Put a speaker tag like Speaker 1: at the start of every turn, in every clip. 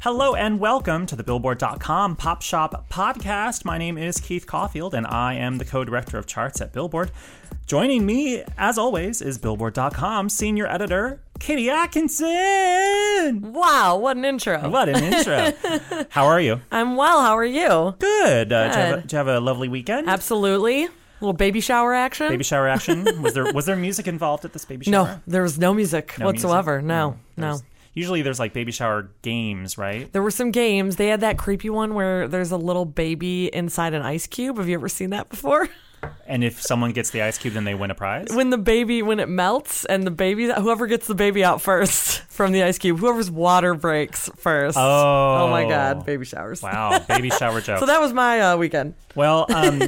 Speaker 1: Hello and welcome to the Billboard.com Pop Shop Podcast. My name is Keith Caulfield and I am the co director of charts at Billboard. Joining me, as always, is Billboard.com senior editor Katie Atkinson.
Speaker 2: Wow, what an intro.
Speaker 1: What an intro. How are you?
Speaker 2: I'm well. How are you?
Speaker 1: Good. Uh, did, you have a, did you have a lovely weekend?
Speaker 2: Absolutely. little baby shower action.
Speaker 1: Baby shower action. Was there was there music involved at this baby shower?
Speaker 2: No, there was no music
Speaker 1: No music?
Speaker 2: whatsoever. No, no.
Speaker 1: There's- Usually there's like baby shower games, right?
Speaker 2: There were some games. They had that creepy one where there's a little baby inside an ice cube. Have you ever seen that before?
Speaker 1: And if someone gets the ice cube, then they win a prize.
Speaker 2: When the baby, when it melts, and the baby, whoever gets the baby out first from the ice cube, whoever's water breaks first.
Speaker 1: Oh.
Speaker 2: my God, baby showers.
Speaker 1: Wow, baby shower joke.
Speaker 2: So that was my uh, weekend.
Speaker 1: Well, um,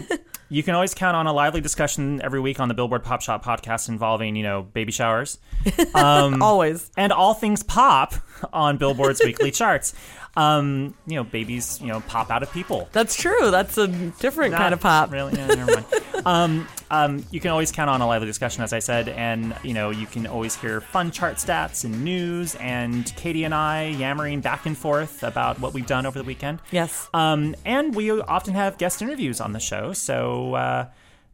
Speaker 1: you can always count on a lively discussion every week on the Billboard Pop Shop podcast involving, you know, baby showers Um,
Speaker 2: Always.
Speaker 1: and all things pop on Billboard's weekly charts. Um, you know, babies, you know, pop out of people.
Speaker 2: That's true. That's a different
Speaker 1: Not
Speaker 2: kind of pop.
Speaker 1: Really? Yeah, never mind. um, um, you can always count on a lively discussion, as I said, and you know you can always hear fun chart stats and news, and Katie and I yammering back and forth about what we've done over the weekend.
Speaker 2: Yes.
Speaker 1: Um, and we often have guest interviews on the show, so uh,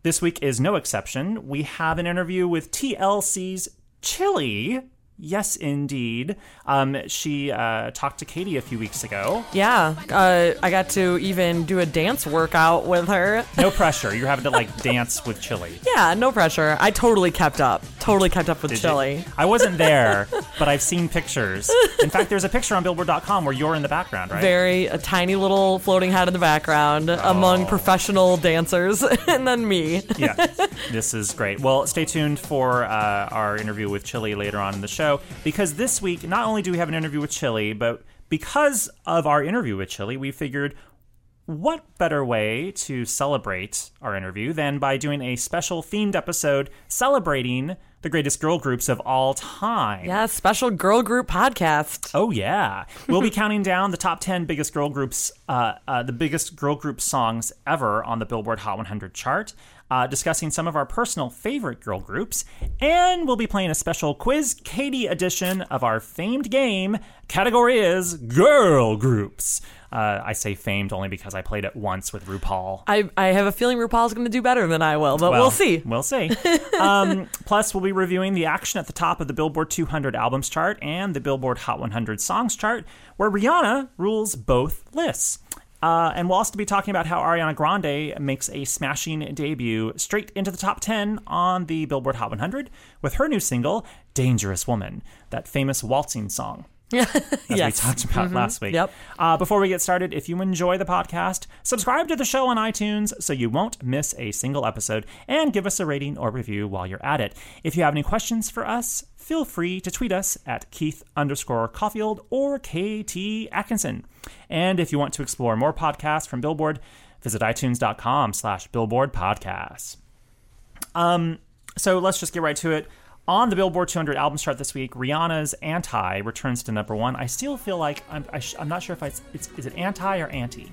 Speaker 1: this week is no exception. We have an interview with TLC's Chili. Yes, indeed. Um, she uh, talked to Katie a few weeks ago.
Speaker 2: Yeah, uh, I got to even do a dance workout with her.
Speaker 1: No pressure. You're having to like dance with Chili.
Speaker 2: Yeah, no pressure. I totally kept up. Totally kept up with
Speaker 1: Did you?
Speaker 2: Chili.
Speaker 1: I wasn't there, but I've seen pictures. In fact, there's a picture on Billboard.com where you're in the background, right?
Speaker 2: Very a tiny little floating head in the background
Speaker 1: Oh.
Speaker 2: among professional dancers, and then me.
Speaker 1: yeah, this is great. Well, stay tuned for uh, our interview with Chili later on in the show because this week, not only do we have an interview with Chili, but because of our interview with Chili, we figured what better way to celebrate our interview than by doing a special themed episode celebrating the greatest girl groups of all time.
Speaker 2: Yeah, special girl group podcast.
Speaker 1: Oh yeah, we'll be counting down the top ten biggest girl groups, uh, uh, the biggest girl group songs ever on the Billboard Hot 100 chart, uh, discussing some of our personal favorite girl groups, and we'll be playing a special quiz Katie edition of our famed game. Category is girl groups. Uh, I say famed only because I played it once with RuPaul.
Speaker 2: I, I have a feeling RuPaul's going to do better than I will, but
Speaker 1: Well,
Speaker 2: we'll see.
Speaker 1: We'll see. um, plus, we'll be reviewing the action at the top of the Billboard 200 albums chart and the Billboard Hot 100 songs chart, where Rihanna rules both lists. Uh, and we'll also be talking about how Ariana Grande makes a smashing debut straight into the top 10 on the Billboard Hot 100 with her new single, Dangerous Woman, that famous waltzing song as
Speaker 2: Yes. Mm-hmm.
Speaker 1: we talked about last week.
Speaker 2: Yep.
Speaker 1: Uh, before we get started, if you enjoy the podcast, subscribe to the show on iTunes so you won't miss a single episode and give us a rating or review while you're at it. If you have any questions for us, feel free to tweet us at Keith underscore Caulfield or KT Atkinson. And if you want to explore more podcasts from Billboard, visit itunes.com slash billboard podcasts. So let's just get right to it. On the Billboard 200 album chart this week, Rihanna's "Anti" returns to number one. I still feel like I'm, I sh- I'm not sure if I, it's is it "Anti" or "Anti"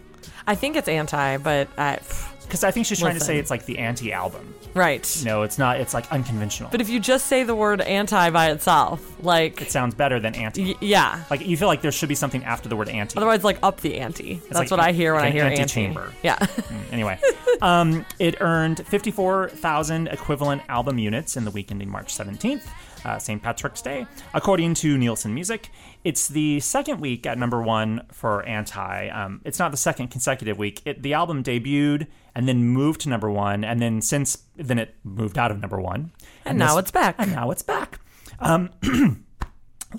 Speaker 2: I think it's anti, but I, pff,
Speaker 1: because I think she's trying to say
Speaker 2: Listen.
Speaker 1: it's like the anti album.
Speaker 2: right.
Speaker 1: No, it's not. It's like unconventional.
Speaker 2: But if you just say the word anti by itself, like
Speaker 1: it sounds better than anti.
Speaker 2: y- yeah,
Speaker 1: Like you feel like there should be something after the word anti.
Speaker 2: Otherwise, like up the ante. That's
Speaker 1: like
Speaker 2: what I hear when
Speaker 1: an
Speaker 2: I hear
Speaker 1: ante
Speaker 2: ante.
Speaker 1: chamber. Mm.
Speaker 2: Yeah.
Speaker 1: anyway, um, it earned 54,000 equivalent album units in the week ending March 17th. uh, St. Patrick's Day. According to Nielsen Music, it's the second week at number one for Anti. Um, it's not the second consecutive week. It, the album debuted and then moved to number one, and then since then it moved out of number one.
Speaker 2: And now it's back.
Speaker 1: And now it's back. Um,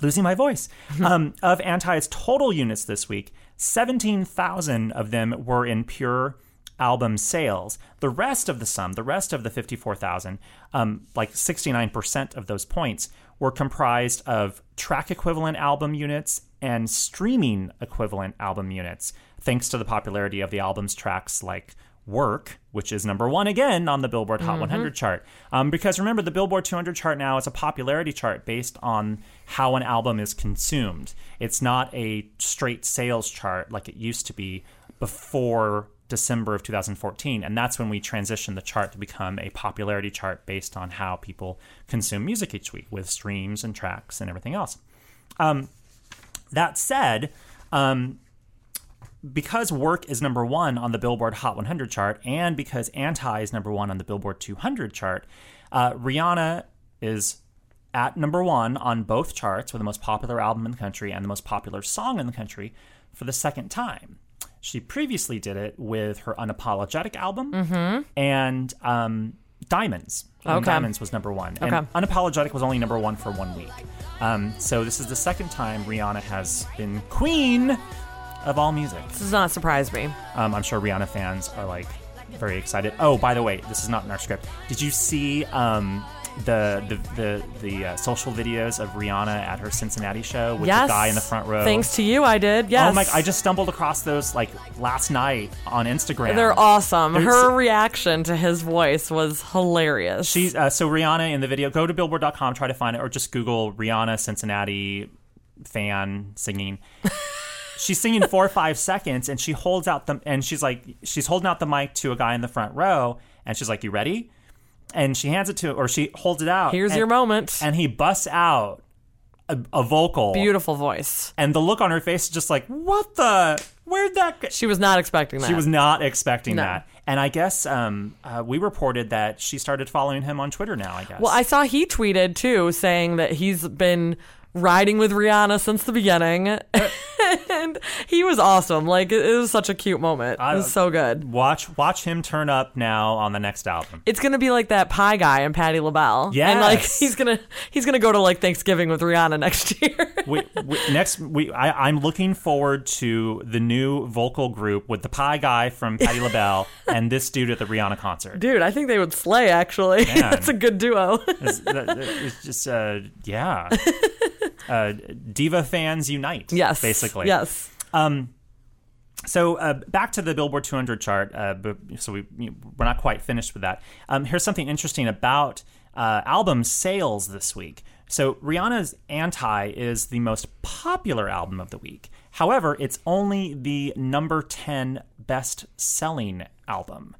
Speaker 1: losing my voice. Um, of Anti's total units this week, 17,000 of them were in pure album sales. The rest of the sum, the rest of the 54,000, um, like 69% of those points, were comprised of track equivalent album units and streaming equivalent album units, thanks to the popularity of the album's tracks like Work, which is number one again on the Billboard Hot 100 chart. Um, because remember, the Billboard 200 chart now is a popularity chart based on how an album is consumed. It's not a straight sales chart like it used to be before December of 2014. And that's when we transitioned the chart to become a popularity chart based on how people consume music each week with streams and tracks and everything else. That said, um, because Work is number one on the Billboard Hot 100 chart, and because Anti is number one on the Billboard 200 chart, uh, Rihanna is at number one on both charts with the most popular album in the country and the most popular song in the country for the second time. She previously did it with her Unapologetic album and um, Diamonds. And
Speaker 2: Okay.
Speaker 1: Diamonds was number one. And Unapologetic was only number one for one week. Um, so this is the second time Rihanna has been queen of all music.
Speaker 2: Does not surprise me.
Speaker 1: Um, I'm sure Rihanna fans are like very excited. Oh, by the way, this is not in our script. Did you see um, the the the, the uh, social videos of Rihanna at her Cincinnati show with
Speaker 2: yes.
Speaker 1: the guy in the front row?
Speaker 2: Thanks to you, I did. Yes.
Speaker 1: Oh my! I just stumbled across those like last night on Instagram.
Speaker 2: They're awesome.
Speaker 1: They're
Speaker 2: Her
Speaker 1: so-
Speaker 2: reaction to his voice was hilarious.
Speaker 1: She's uh, so Rihanna in the video. Go to billboard.com, try to find it, or just Google Rihanna Cincinnati fan singing. she's singing four or five seconds, and she holds out the and she's like she's holding out the mic to a guy in the front row, and she's like, "You ready?" And she hands it to or she holds it out.
Speaker 2: Here's
Speaker 1: and-
Speaker 2: your moment.
Speaker 1: And he busts out a, a vocal,
Speaker 2: Beautiful voice.
Speaker 1: and the look on her face is just like, "What the? Where'd that?" go-"
Speaker 2: She was not expecting that.
Speaker 1: She was not expecting
Speaker 2: No.
Speaker 1: that. And I guess um, uh, we reported that she started following him on Twitter now, I guess.
Speaker 2: Well, I saw he tweeted too, saying that he's been riding with Rihanna since the beginning, and he was awesome. Like it, it was such a cute moment. it was so good.
Speaker 1: Watch watch him turn up now on the next album.
Speaker 2: It's gonna be like that pie guy and Patti LaBelle. and like
Speaker 1: Yes.
Speaker 2: he's gonna he's gonna go to like Thanksgiving with Rihanna next year.
Speaker 1: we, we, next, we I, I'm looking forward to the new vocal group with the Pie Guy from Patti LaBelle and this dude at the Rihanna concert.
Speaker 2: Dude, I think they would slay. Actually,
Speaker 1: Man.
Speaker 2: that's a good duo.
Speaker 1: It's, that- that- it's just uh, yeah, uh, diva fans unite.
Speaker 2: yes,
Speaker 1: basically.
Speaker 2: Yes,
Speaker 1: So uh, back to the Billboard 200 chart. Uh, b- so we we're not quite finished with that. Um, here's something interesting about uh, album sales this week. So Rihanna's "Anti" is the most popular album of the week. However, it's only the number 10 best-selling album.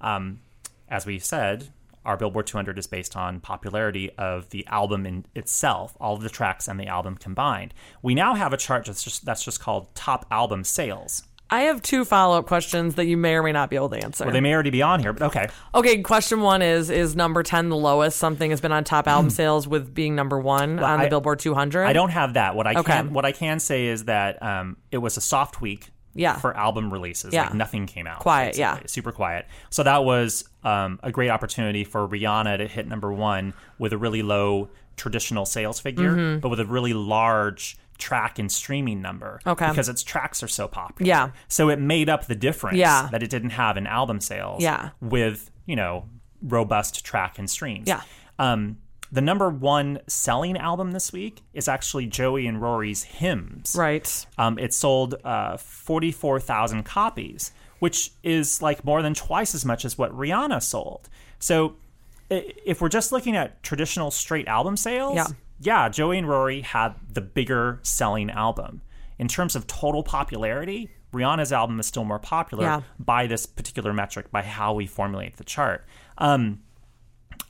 Speaker 1: Um, as we said, our Billboard 200 is based on popularity of the album in itself, all of the tracks and the album combined. We now have a chart that's just, that's just called Top Album Sales.
Speaker 2: I have two follow up questions that you may or may not be able to answer.
Speaker 1: Well, they may already be on here, but okay.
Speaker 2: Okay, question one is Is number 10 the lowest something has been on top album sales with being number one on the
Speaker 1: Hmm. I-
Speaker 2: Billboard 200?
Speaker 1: I don't have that. What I
Speaker 2: Okay.
Speaker 1: can what I can say is that um, it was a soft week.
Speaker 2: Yeah.
Speaker 1: For album releases,
Speaker 2: Yeah.
Speaker 1: like nothing came out.
Speaker 2: Quiet, yeah.
Speaker 1: basically. super quiet. So that was um, a great opportunity for Rihanna to hit number one with a really low traditional sales figure,
Speaker 2: Mm-hmm.
Speaker 1: but with a really large track and streaming number.
Speaker 2: Okay.
Speaker 1: because its tracks are so popular.
Speaker 2: Yeah.
Speaker 1: so it made up the difference.
Speaker 2: Yeah.
Speaker 1: that it didn't have in album sales.
Speaker 2: Yeah.
Speaker 1: with you know robust track and streams.
Speaker 2: Yeah.
Speaker 1: Um, the number one selling album this week is actually Joey and Rory's Hymns.
Speaker 2: Right.
Speaker 1: Um, it sold uh, 44,000 copies, which is like more than twice as much as what Rihanna sold. So i- if we're just looking at traditional straight album sales,
Speaker 2: Yeah.
Speaker 1: yeah, Joey and Rory had the bigger selling album. In terms of total popularity, Rihanna's album is still more popular
Speaker 2: Yeah.
Speaker 1: by this particular metric, by how we formulate the chart. Um,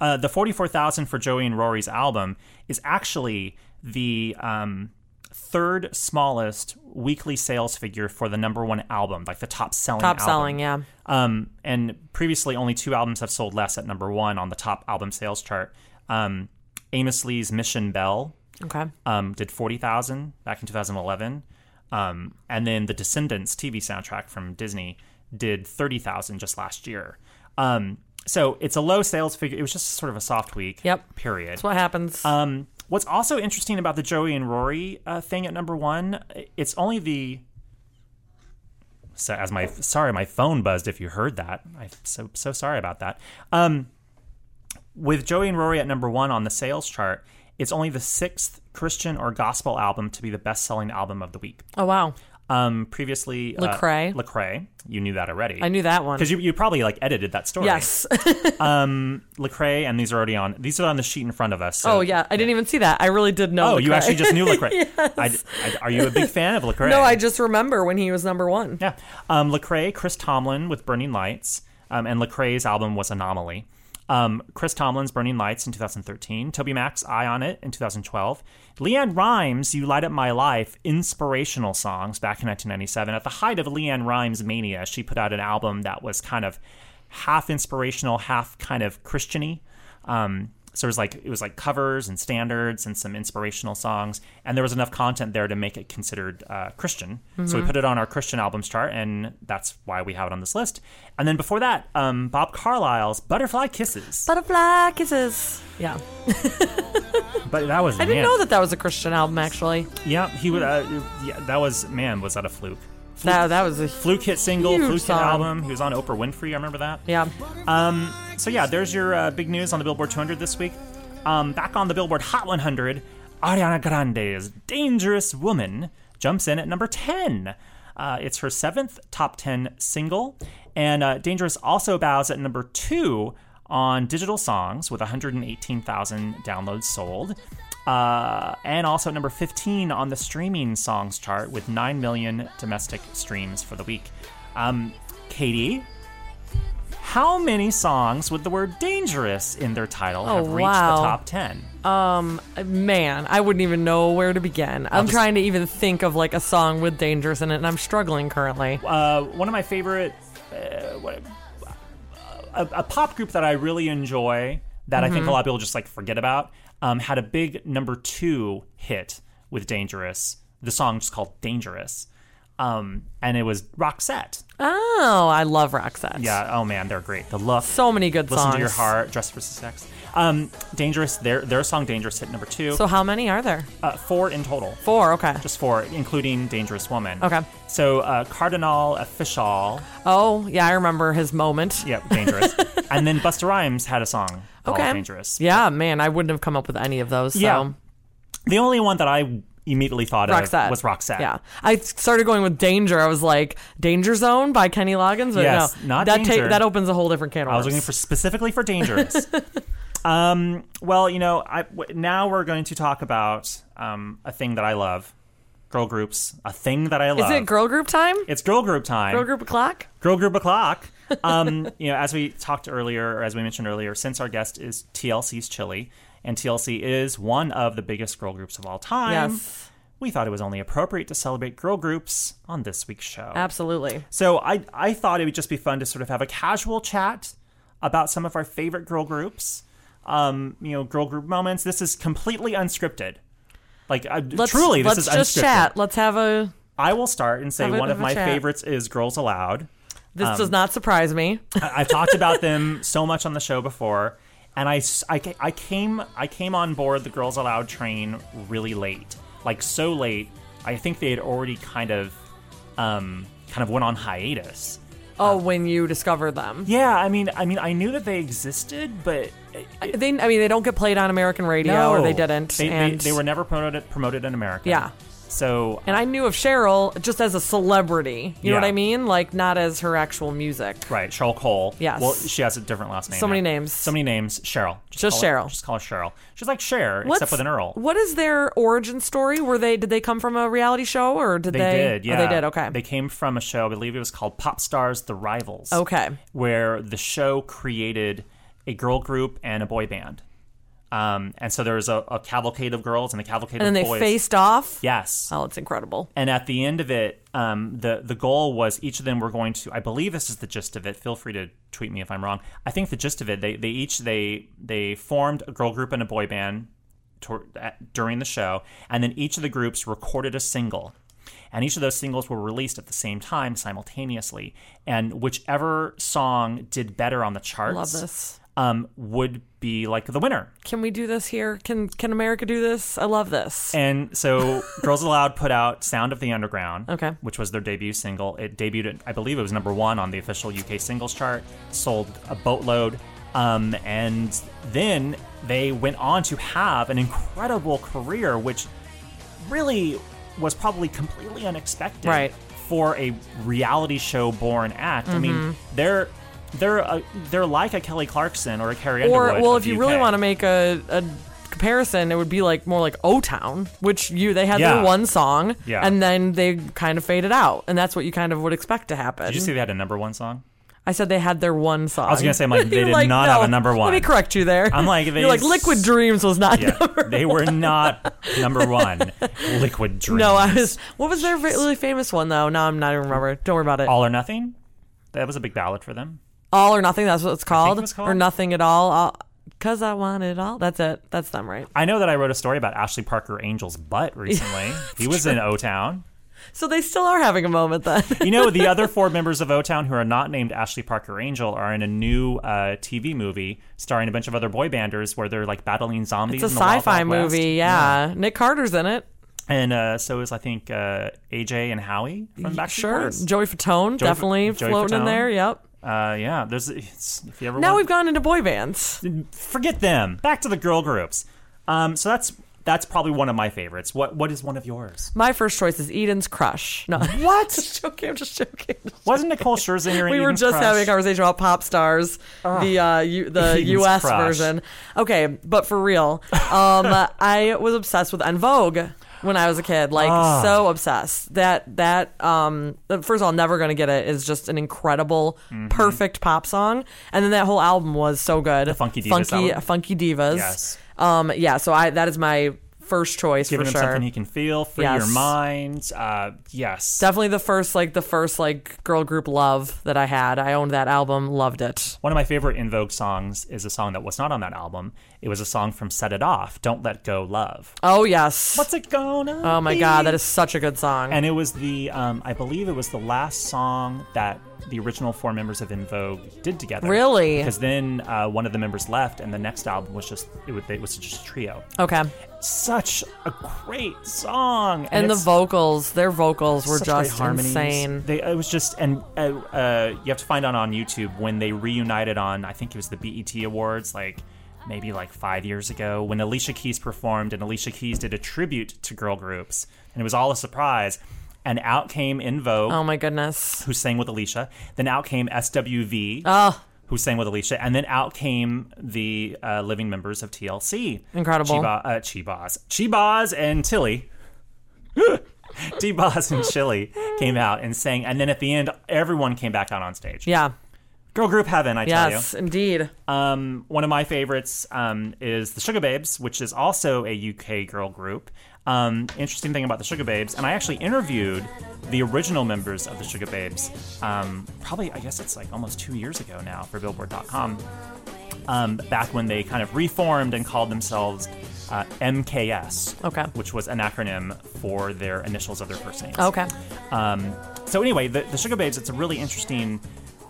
Speaker 1: uh, the 44,000 for Joey and Rory's album is actually the um, third smallest weekly sales figure for the number one album, like the top selling
Speaker 2: Top
Speaker 1: album.
Speaker 2: selling, yeah.
Speaker 1: Um, and previously, only two albums have sold less at number one on the top album sales chart. Um, Amos Lee's Mission Bell
Speaker 2: Okay.
Speaker 1: um, did 40,000 back in 2011. Um, and then the Descendants TV soundtrack from Disney did 30,000 just last year. Um, so it's a low sales figure. It was just sort of a soft week.
Speaker 2: Yep.
Speaker 1: Period.
Speaker 2: That's what happens.
Speaker 1: Um, what's also interesting about the Joey and Rory uh, thing at number one, it's only the. So as my sorry, my phone buzzed. If you heard that, I'm so so sorry about that. Um, with Joey and Rory at number one on the sales chart, it's only the sixth Christian or gospel album to be the best-selling album of the week.
Speaker 2: oh wow.
Speaker 1: Um, previously, uh,
Speaker 2: Lecrae.
Speaker 1: Lecrae, you knew that already.
Speaker 2: I knew that one.
Speaker 1: because you, you probably like edited that story.
Speaker 2: Yes.
Speaker 1: Lecrae, and these are already on. These are on the sheet in front of us. so-
Speaker 2: oh yeah. I didn't even see that. I really did know.
Speaker 1: Oh, you
Speaker 2: Lecrae.
Speaker 1: actually just knew Lecrae. I, I- are you a big fan of Lecrae?
Speaker 2: no, I just remember when he was number one.
Speaker 1: Yeah, um, Lecrae, Chris Tomlin with Burning Lights, um, and Lecrae's album was Anomaly. Um, Chris Tomlin's Burning Lights in 2013, Toby Mack's Eye on It in 2012, Leanne Rhymes' You Light Up My Life inspirational songs back in 1997. At the height of Leanne Rhymes' mania, she put out an album that was kind of half inspirational, half kind of Christiany. Um, so it was like it was like covers and standards and some inspirational songs, and there was enough content there to make it considered uh, Christian. So
Speaker 2: Mm-hmm.
Speaker 1: we put it on our Christian albums chart, and that's why we have it on this list. And then before that, um, Bob Carlyle's "Butterfly Kisses,"
Speaker 2: Butterfly kisses. Yeah.
Speaker 1: but that was
Speaker 2: I didn't know that that was a Christian album. Actually,
Speaker 1: Yeah, he would. Uh, yeah, that was man. Was that a fluke?
Speaker 2: that that was a
Speaker 1: Fluke hit single,
Speaker 2: Huge
Speaker 1: fluke hit
Speaker 2: song.
Speaker 1: album. He was on Oprah Winfrey. I remember that.
Speaker 2: Yeah.
Speaker 1: Um, so yeah, there's your uh, big news on the Billboard 200 this week. Um, back on the Billboard Hot 100, Ariana Grande's "Dangerous Woman" jumps in at number 10. Uh, it's her seventh top 10 single, and uh, "Dangerous" also bows at number two on digital songs with 118,000 downloads sold. Uh, and also at number 15 on the streaming songs chart with 9 million domestic streams for the week. Um, Katie, how many songs with the word dangerous in their title have reached
Speaker 2: Oh, wow.
Speaker 1: the top 10?
Speaker 2: Man, I wouldn't even know where to begin. I'm trying to even think of like a song with dangerous in it, and I'm struggling currently.
Speaker 1: Uh, one of my favorite, uh, what, a, a pop group that I really enjoy that I
Speaker 2: Mm-hmm.
Speaker 1: think a lot of people just like forget about um, had a big number two hit with Dangerous. The song just called Dangerous. Um, and it was Roxette.
Speaker 2: Oh, I love Roxette.
Speaker 1: Yeah. Oh man, they're great. The look.
Speaker 2: So many good
Speaker 1: Listen to your
Speaker 2: Uh, songs.
Speaker 1: heart. Dress for sex. Um, dangerous. Their their song dangerous hit number two.
Speaker 2: So how many are there?
Speaker 1: uh, four in total.
Speaker 2: Four. Okay.
Speaker 1: Just four, including Dangerous Woman.
Speaker 2: Okay.
Speaker 1: So uh, Cardinal Official,
Speaker 2: Oh, yeah, I remember his moment.
Speaker 1: yep, Dangerous, and then Busta Rhymes had a song called
Speaker 2: Okay.
Speaker 1: Dangerous.
Speaker 2: Yeah, man, I wouldn't have come up with any of those. So.
Speaker 1: Yeah. The only one that I immediately thought
Speaker 2: Roxette
Speaker 1: of was Roxette.
Speaker 2: Yeah, I started going with Danger. I was like Danger Zone by Kenny Loggins. But
Speaker 1: Yes,
Speaker 2: no,
Speaker 1: not
Speaker 2: that ta-
Speaker 1: Danger.
Speaker 2: that opens a whole different can of
Speaker 1: I was looking
Speaker 2: worms.
Speaker 1: for specifically for dangerous. um, well, you know, I w- now we're going to talk about um, a thing that I love, girl groups. A thing that I love.
Speaker 2: Is it girl group time?
Speaker 1: It's Oh. girl group time.
Speaker 2: Girl group o'clock.
Speaker 1: Girl group o'clock. Um, you know, as we talked earlier, or as we mentioned earlier, since our guest is TLC's Chili, and TLC is one of the biggest girl groups of all time.
Speaker 2: Yes.
Speaker 1: We thought it was only appropriate to celebrate girl groups on this week's show.
Speaker 2: Absolutely.
Speaker 1: So I I thought it would just be fun to sort of have a casual chat about some of our favorite girl groups, um, you know, girl group moments. This is completely unscripted. Like uh,
Speaker 2: Let's,
Speaker 1: truly, this
Speaker 2: let's
Speaker 1: is
Speaker 2: just
Speaker 1: unscripted.
Speaker 2: chat. Let's have a.
Speaker 1: I will start and say
Speaker 2: Have a
Speaker 1: one
Speaker 2: bit
Speaker 1: of
Speaker 2: of a
Speaker 1: my
Speaker 2: chat.
Speaker 1: favorites is Girls Aloud.
Speaker 2: This
Speaker 1: Um,
Speaker 2: does not surprise me.
Speaker 1: I- I've talked about them so much on the show before, and I, s- I ca- I came I came on board the Girls Aloud train really late, like so late. I think they had already kind of um, kind of went on hiatus.
Speaker 2: Oh, when you discover them,
Speaker 1: Yeah, I mean, I mean, I knew that they existed, but
Speaker 2: they. I mean, they don't get played on American radio, or they didn't.
Speaker 1: They, they-
Speaker 2: and
Speaker 1: they, were never promoted promoted in America.
Speaker 2: Yeah.
Speaker 1: So
Speaker 2: And I knew of Cheryl just as a celebrity. You know what
Speaker 1: Yeah.
Speaker 2: I mean? Like not as her actual music.
Speaker 1: right, Cheryl Cole.
Speaker 2: Yes.
Speaker 1: Well, she has a different last name.
Speaker 2: So many
Speaker 1: now.
Speaker 2: names.
Speaker 1: So many names. Cheryl. call
Speaker 2: Just
Speaker 1: her-
Speaker 2: Cheryl.
Speaker 1: just call her Cheryl. She's like Cher, except with an Earl.
Speaker 2: What is their origin story? Were they did they come from a reality show or did
Speaker 1: They,
Speaker 2: they?
Speaker 1: did,
Speaker 2: oh,
Speaker 1: yeah.
Speaker 2: they did. Okay.
Speaker 1: They came from a show, I believe it was called Pop Stars The Rivals.
Speaker 2: Okay.
Speaker 1: Where the show created a girl group and a boy band. Um, and so there was a, a cavalcade of girls and a cavalcade
Speaker 2: and then
Speaker 1: of
Speaker 2: they
Speaker 1: boys.
Speaker 2: faced off.
Speaker 1: Yes.
Speaker 2: Oh, it's incredible.
Speaker 1: And at the end of it, um, the the goal was each of them were going to. I believe this is the gist of it. Feel free to tweet me if I'm wrong. I think the gist of it. They they each they they formed a girl group and a boy band. tor- at- during the show, and then each of the groups recorded a single. And each of those singles were released at the same time simultaneously. And whichever song did better on the charts
Speaker 2: Love this.
Speaker 1: Um, would be like the winner.
Speaker 2: Can we do this here? Can Can America do this? I love this.
Speaker 1: And so Girls Aloud put out Sound of the Underground,
Speaker 2: Okay.
Speaker 1: which was their debut single. It debuted, at, I believe it was number one on the official UK singles chart, sold a boatload. Um, and then they went on to have an incredible career, which really was probably completely unexpected
Speaker 2: Right.
Speaker 1: for a reality show born act. I mean,
Speaker 2: Mm-hmm.
Speaker 1: they're. They're a, they're like a Kelly Clarkson or a Carrie
Speaker 2: or
Speaker 1: Underwood.
Speaker 2: well,
Speaker 1: of
Speaker 2: if you
Speaker 1: the
Speaker 2: really
Speaker 1: UK.
Speaker 2: want to make a, a comparison, it would be like more like O Town, which you they had
Speaker 1: Yeah.
Speaker 2: their one song,
Speaker 1: Yeah.
Speaker 2: and then they kind of faded out, and that's what you kind of would expect to happen.
Speaker 1: did you see they had a number one song?
Speaker 2: I said they had their one song. I
Speaker 1: was gonna say, I'm like, they did not have a number one.
Speaker 2: Let me correct you there.
Speaker 1: I'm like,
Speaker 2: you're like
Speaker 1: these-
Speaker 2: Liquid Dreams was not.
Speaker 1: Yeah,
Speaker 2: number-
Speaker 1: they were not number one. Liquid Dreams.
Speaker 2: no, I was. What was their really famous one though? Now I'm not even remember. Don't worry about it. All,
Speaker 1: All or Nothing. That was a big ballad for them.
Speaker 2: or nothing. That's what it's called.
Speaker 1: was called.
Speaker 2: Or nothing at all. all Cause I want it all. That's it. That's them, right?
Speaker 1: I know that I wrote a story about Ashley Parker Angel's butt recently. he was in O Town.
Speaker 2: So they still are having a moment then.
Speaker 1: You know, the other four members of O Town who are not named Ashley Parker Angel are in a new uh, TV movie starring a bunch of other boy banders where they're like battling zombies.
Speaker 2: It's
Speaker 1: in
Speaker 2: a
Speaker 1: the Wild,
Speaker 2: sci-fi
Speaker 1: Wild West.
Speaker 2: movie. Yeah. Nick Carter's in it.
Speaker 1: and uh, so is I think uh, AJ and Howie from Backstreet
Speaker 2: Sure.
Speaker 1: Boys.
Speaker 2: Joey Fatone, definitely
Speaker 1: Joey
Speaker 2: floating in
Speaker 1: Fatone.
Speaker 2: there. Yep.
Speaker 1: Uh, yeah, there's it's, if you ever
Speaker 2: Now
Speaker 1: want-
Speaker 2: we've gone into boy bands.
Speaker 1: forget them. Back to the girl groups. Um, so that's that's probably one of my favorites. What what is one of yours?
Speaker 2: My first choice is Eden's Crush. No, what? just joking. I'm just joking.
Speaker 1: Wasn't Nicole Scherzinger? in
Speaker 2: we were
Speaker 1: Eden's
Speaker 2: just
Speaker 1: Crush?
Speaker 2: having a conversation about pop stars,
Speaker 1: Ah.
Speaker 2: the uh, U- the
Speaker 1: Eden's
Speaker 2: U.S.
Speaker 1: Crush.
Speaker 2: version. Okay, but for real, um, I was obsessed with En Vogue when I was a kid. Like
Speaker 1: Ah.
Speaker 2: so obsessed that that um, first of all, never gonna get it is just an incredible,
Speaker 1: Mm-hmm.
Speaker 2: perfect pop song, and then that whole album was so good. The
Speaker 1: Funky Divas
Speaker 2: funky,
Speaker 1: album.
Speaker 2: funky divas.
Speaker 1: Yes.
Speaker 2: Um. Yeah. So I that is my first choice
Speaker 1: giving
Speaker 2: for
Speaker 1: him
Speaker 2: sure.
Speaker 1: something he can feel, free
Speaker 2: Yes.
Speaker 1: your mind. Uh, yes,
Speaker 2: Definitely the first like the first like girl group love that I had. I owned that album, loved it.
Speaker 1: one of my favorite In Vogue songs is a song that was not on that album. It was a song from Set It Off, "Don't Let Go, Love."
Speaker 2: Oh yes.
Speaker 1: What's it gonna?
Speaker 2: Oh my god, that is such a good song.
Speaker 1: And it was the, um, I believe it was the last song that the original four members of In Vogue did together.
Speaker 2: Really?
Speaker 1: Because then uh, one of the members left, and the next album was just it was, it was just a trio.
Speaker 2: okay.
Speaker 1: Such a great song,
Speaker 2: And the
Speaker 1: it's
Speaker 2: vocals, their vocals were
Speaker 1: such great
Speaker 2: just
Speaker 1: harmonies.
Speaker 2: insane.
Speaker 1: They, it was just, and uh, uh, you have to find out on YouTube when they reunited on, I think it was the BET Awards, like maybe like five years ago, when Alicia Keys performed, and Alicia Keys did a tribute to girl groups, and it was all a surprise. And out came In Vogue,
Speaker 2: Oh my goodness.
Speaker 1: who sang with Alicia. Then out came SWV,
Speaker 2: Oh,
Speaker 1: who sang with Alicia, and then out came the uh, living members of TLC.
Speaker 2: Incredible.
Speaker 1: Chiba, uh, Chibaz. Chibaz and Tilly. T-Boz and Chili came out and sang, and then at the end, everyone came back out on stage.
Speaker 2: yeah.
Speaker 1: Girl group heaven, I tell you.
Speaker 2: Yes, indeed.
Speaker 1: Um, one of my favorites um, is the Sugar Babes, which is also a UK girl group. Um, interesting thing about the Sugar Babes, and I actually interviewed the original members of the Sugar Babes. Um, probably, I guess it's like almost two years ago now for Billboard.com. Um, back when they kind of reformed and called themselves uh, MKS,
Speaker 2: Okay.
Speaker 1: which was an acronym for their initials of their first names.
Speaker 2: Okay.
Speaker 1: Um, so anyway, the, the Sugar Babes, it's a really interesting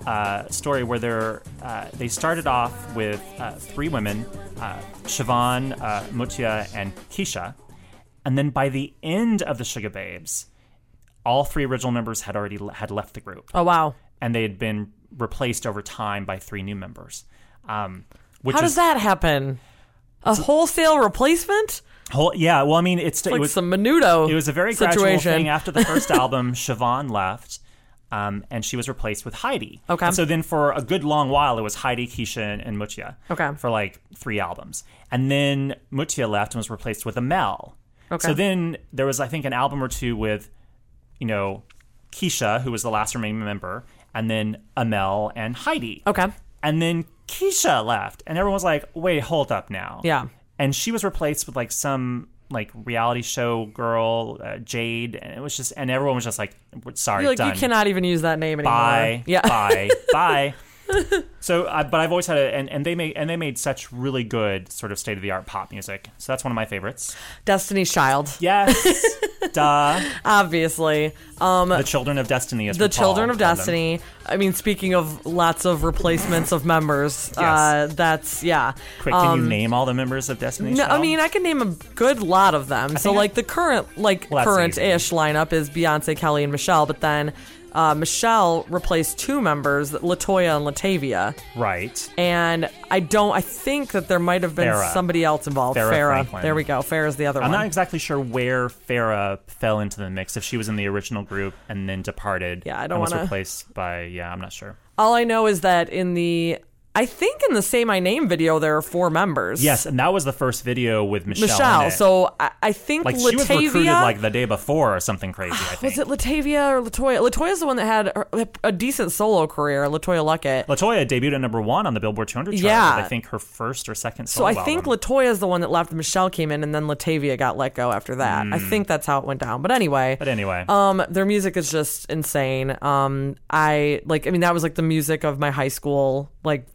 Speaker 1: uh, story where they're, uh, they started off with uh, three women, uh, Siobhan, uh, Mutia, and Keisha. And then by the end of the Sugar Babes, all three original members had already le- had left the group,
Speaker 2: Oh wow.
Speaker 1: and they had been replaced over time by three new members. Um, which
Speaker 2: How
Speaker 1: is
Speaker 2: does that happen? A wholesale replacement?
Speaker 1: Whole, yeah, well, I mean, it's it
Speaker 2: Like
Speaker 1: was
Speaker 2: some menudo.
Speaker 1: It was a very gradual
Speaker 2: situation.
Speaker 1: thing. After the first album, Siobhan left, um, and she was replaced with Heidi.
Speaker 2: Okay.
Speaker 1: And so then for a good long while, it was Heidi, Keisha, and, and Mutia.
Speaker 2: Okay.
Speaker 1: For like three albums, and then Mutia left and was replaced with Amel.
Speaker 2: Okay.
Speaker 1: So then there was, I think, an album or two with, you know, Keisha, who was the last remaining member, and then Amel and Heidi.
Speaker 2: Okay.
Speaker 1: And then Keisha left, and everyone was like, "Wait, hold up now."
Speaker 2: Yeah.
Speaker 1: And she was replaced with like some like reality show girl, uh, Jade, and it was just, and everyone was just like, "We're- "Sorry,
Speaker 2: You're like
Speaker 1: done.
Speaker 2: you cannot even use that name anymore.
Speaker 1: bye,
Speaker 2: yeah.
Speaker 1: bye, bye." So, uh, but I've always had a and, and they made and they made such really good sort of state of the art pop music. So that's one of my favorites.
Speaker 2: Destiny's Child,
Speaker 1: Yes, duh.
Speaker 2: obviously. Um,
Speaker 1: The Children of Destiny is
Speaker 2: the
Speaker 1: what Paul
Speaker 2: Children of
Speaker 1: called them.
Speaker 2: Destiny. I mean, speaking of lots of replacements of members, uh, that's yeah. Um,
Speaker 1: Quick, can you name all the members of Destiny?
Speaker 2: No, I
Speaker 1: Child?
Speaker 2: mean I can name a good lot of them. so
Speaker 1: think I-
Speaker 2: like the current like
Speaker 1: Well, that's
Speaker 2: current ish lineup is Beyonce, Kelly, and Michelle. But then uh, Michelle replaced two members, Latoya and Latavia.
Speaker 1: right.
Speaker 2: And I don't. I think that there might have been
Speaker 1: Farrah.
Speaker 2: somebody else involved.
Speaker 1: Farrah
Speaker 2: Farrah.
Speaker 1: Franklin.
Speaker 2: There we go. Farrah's the other
Speaker 1: I'm
Speaker 2: one.
Speaker 1: not exactly sure where Farah fell into the mix. If she was in the original group and then departed,
Speaker 2: Yeah, I don't
Speaker 1: and was
Speaker 2: wanna-
Speaker 1: replaced by. Yeah, I'm not sure.
Speaker 2: All I know is that in the I think in the Say My Name video there are four members.
Speaker 1: Yes, and that was the first video with Michelle. in
Speaker 2: Michelle.
Speaker 1: it.
Speaker 2: So I, I think
Speaker 1: like
Speaker 2: Latavia. Ah,
Speaker 1: she was recruited like the day before or something crazy. I think
Speaker 2: was it Latavia or Latoya? Latoya's the one that had her- a decent solo career. Latoya Luckett.
Speaker 1: Latoya debuted at number one on the Billboard 200 chart.
Speaker 2: Yeah.
Speaker 1: with, I think her first or second.
Speaker 2: So
Speaker 1: Solo
Speaker 2: I think
Speaker 1: album.
Speaker 2: Latoya's the one that left. Michelle came in, and then Latavia got let go after that. I think that's how it went down. But anyway,
Speaker 1: But anyway,
Speaker 2: um, their music is just insane. Um, I like. I mean, that was like the music of my high school. Like,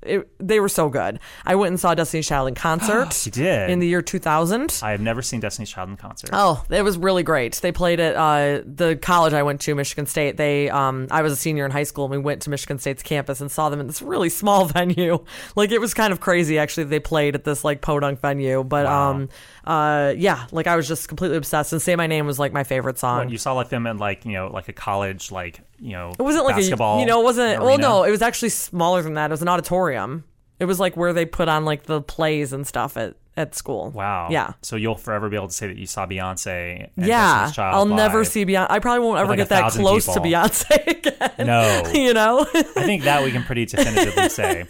Speaker 2: it, they were so good. I went and saw Destiny's Child in concert.
Speaker 1: You did.
Speaker 2: in the year 2000.
Speaker 1: I have never seen Destiny's Child in concert.
Speaker 2: Oh, it was really great. They played at uh, the college I went to, Michigan State. They, um, I was a senior in high school, and we went to Michigan State's campus and saw them in this really small venue. Like it was kind of crazy, actually. They played at this like podunk venue, but um, uh, yeah, like I was just completely obsessed. And "Say My Name" was like my favorite song.
Speaker 1: What, you saw like them in like you know like a college like you know
Speaker 2: it wasn't like
Speaker 1: basketball.
Speaker 2: a, you know, it wasn't. Well,
Speaker 1: arena?
Speaker 2: no, it was actually smaller than that. It was an auditorium. It was like where they put on like the plays and stuff at at school.
Speaker 1: Wow.
Speaker 2: Yeah.
Speaker 1: So you'll forever be able to say that you saw Beyonce. And
Speaker 2: Yeah,
Speaker 1: Destiny's Child
Speaker 2: I'll never
Speaker 1: live.
Speaker 2: see Beyonce. I probably won't ever
Speaker 1: like,
Speaker 2: get
Speaker 1: a
Speaker 2: that
Speaker 1: thousand
Speaker 2: close to
Speaker 1: people.
Speaker 2: Beyonce again.
Speaker 1: No.
Speaker 2: you know, Um,
Speaker 1: I think that we can pretty definitively say.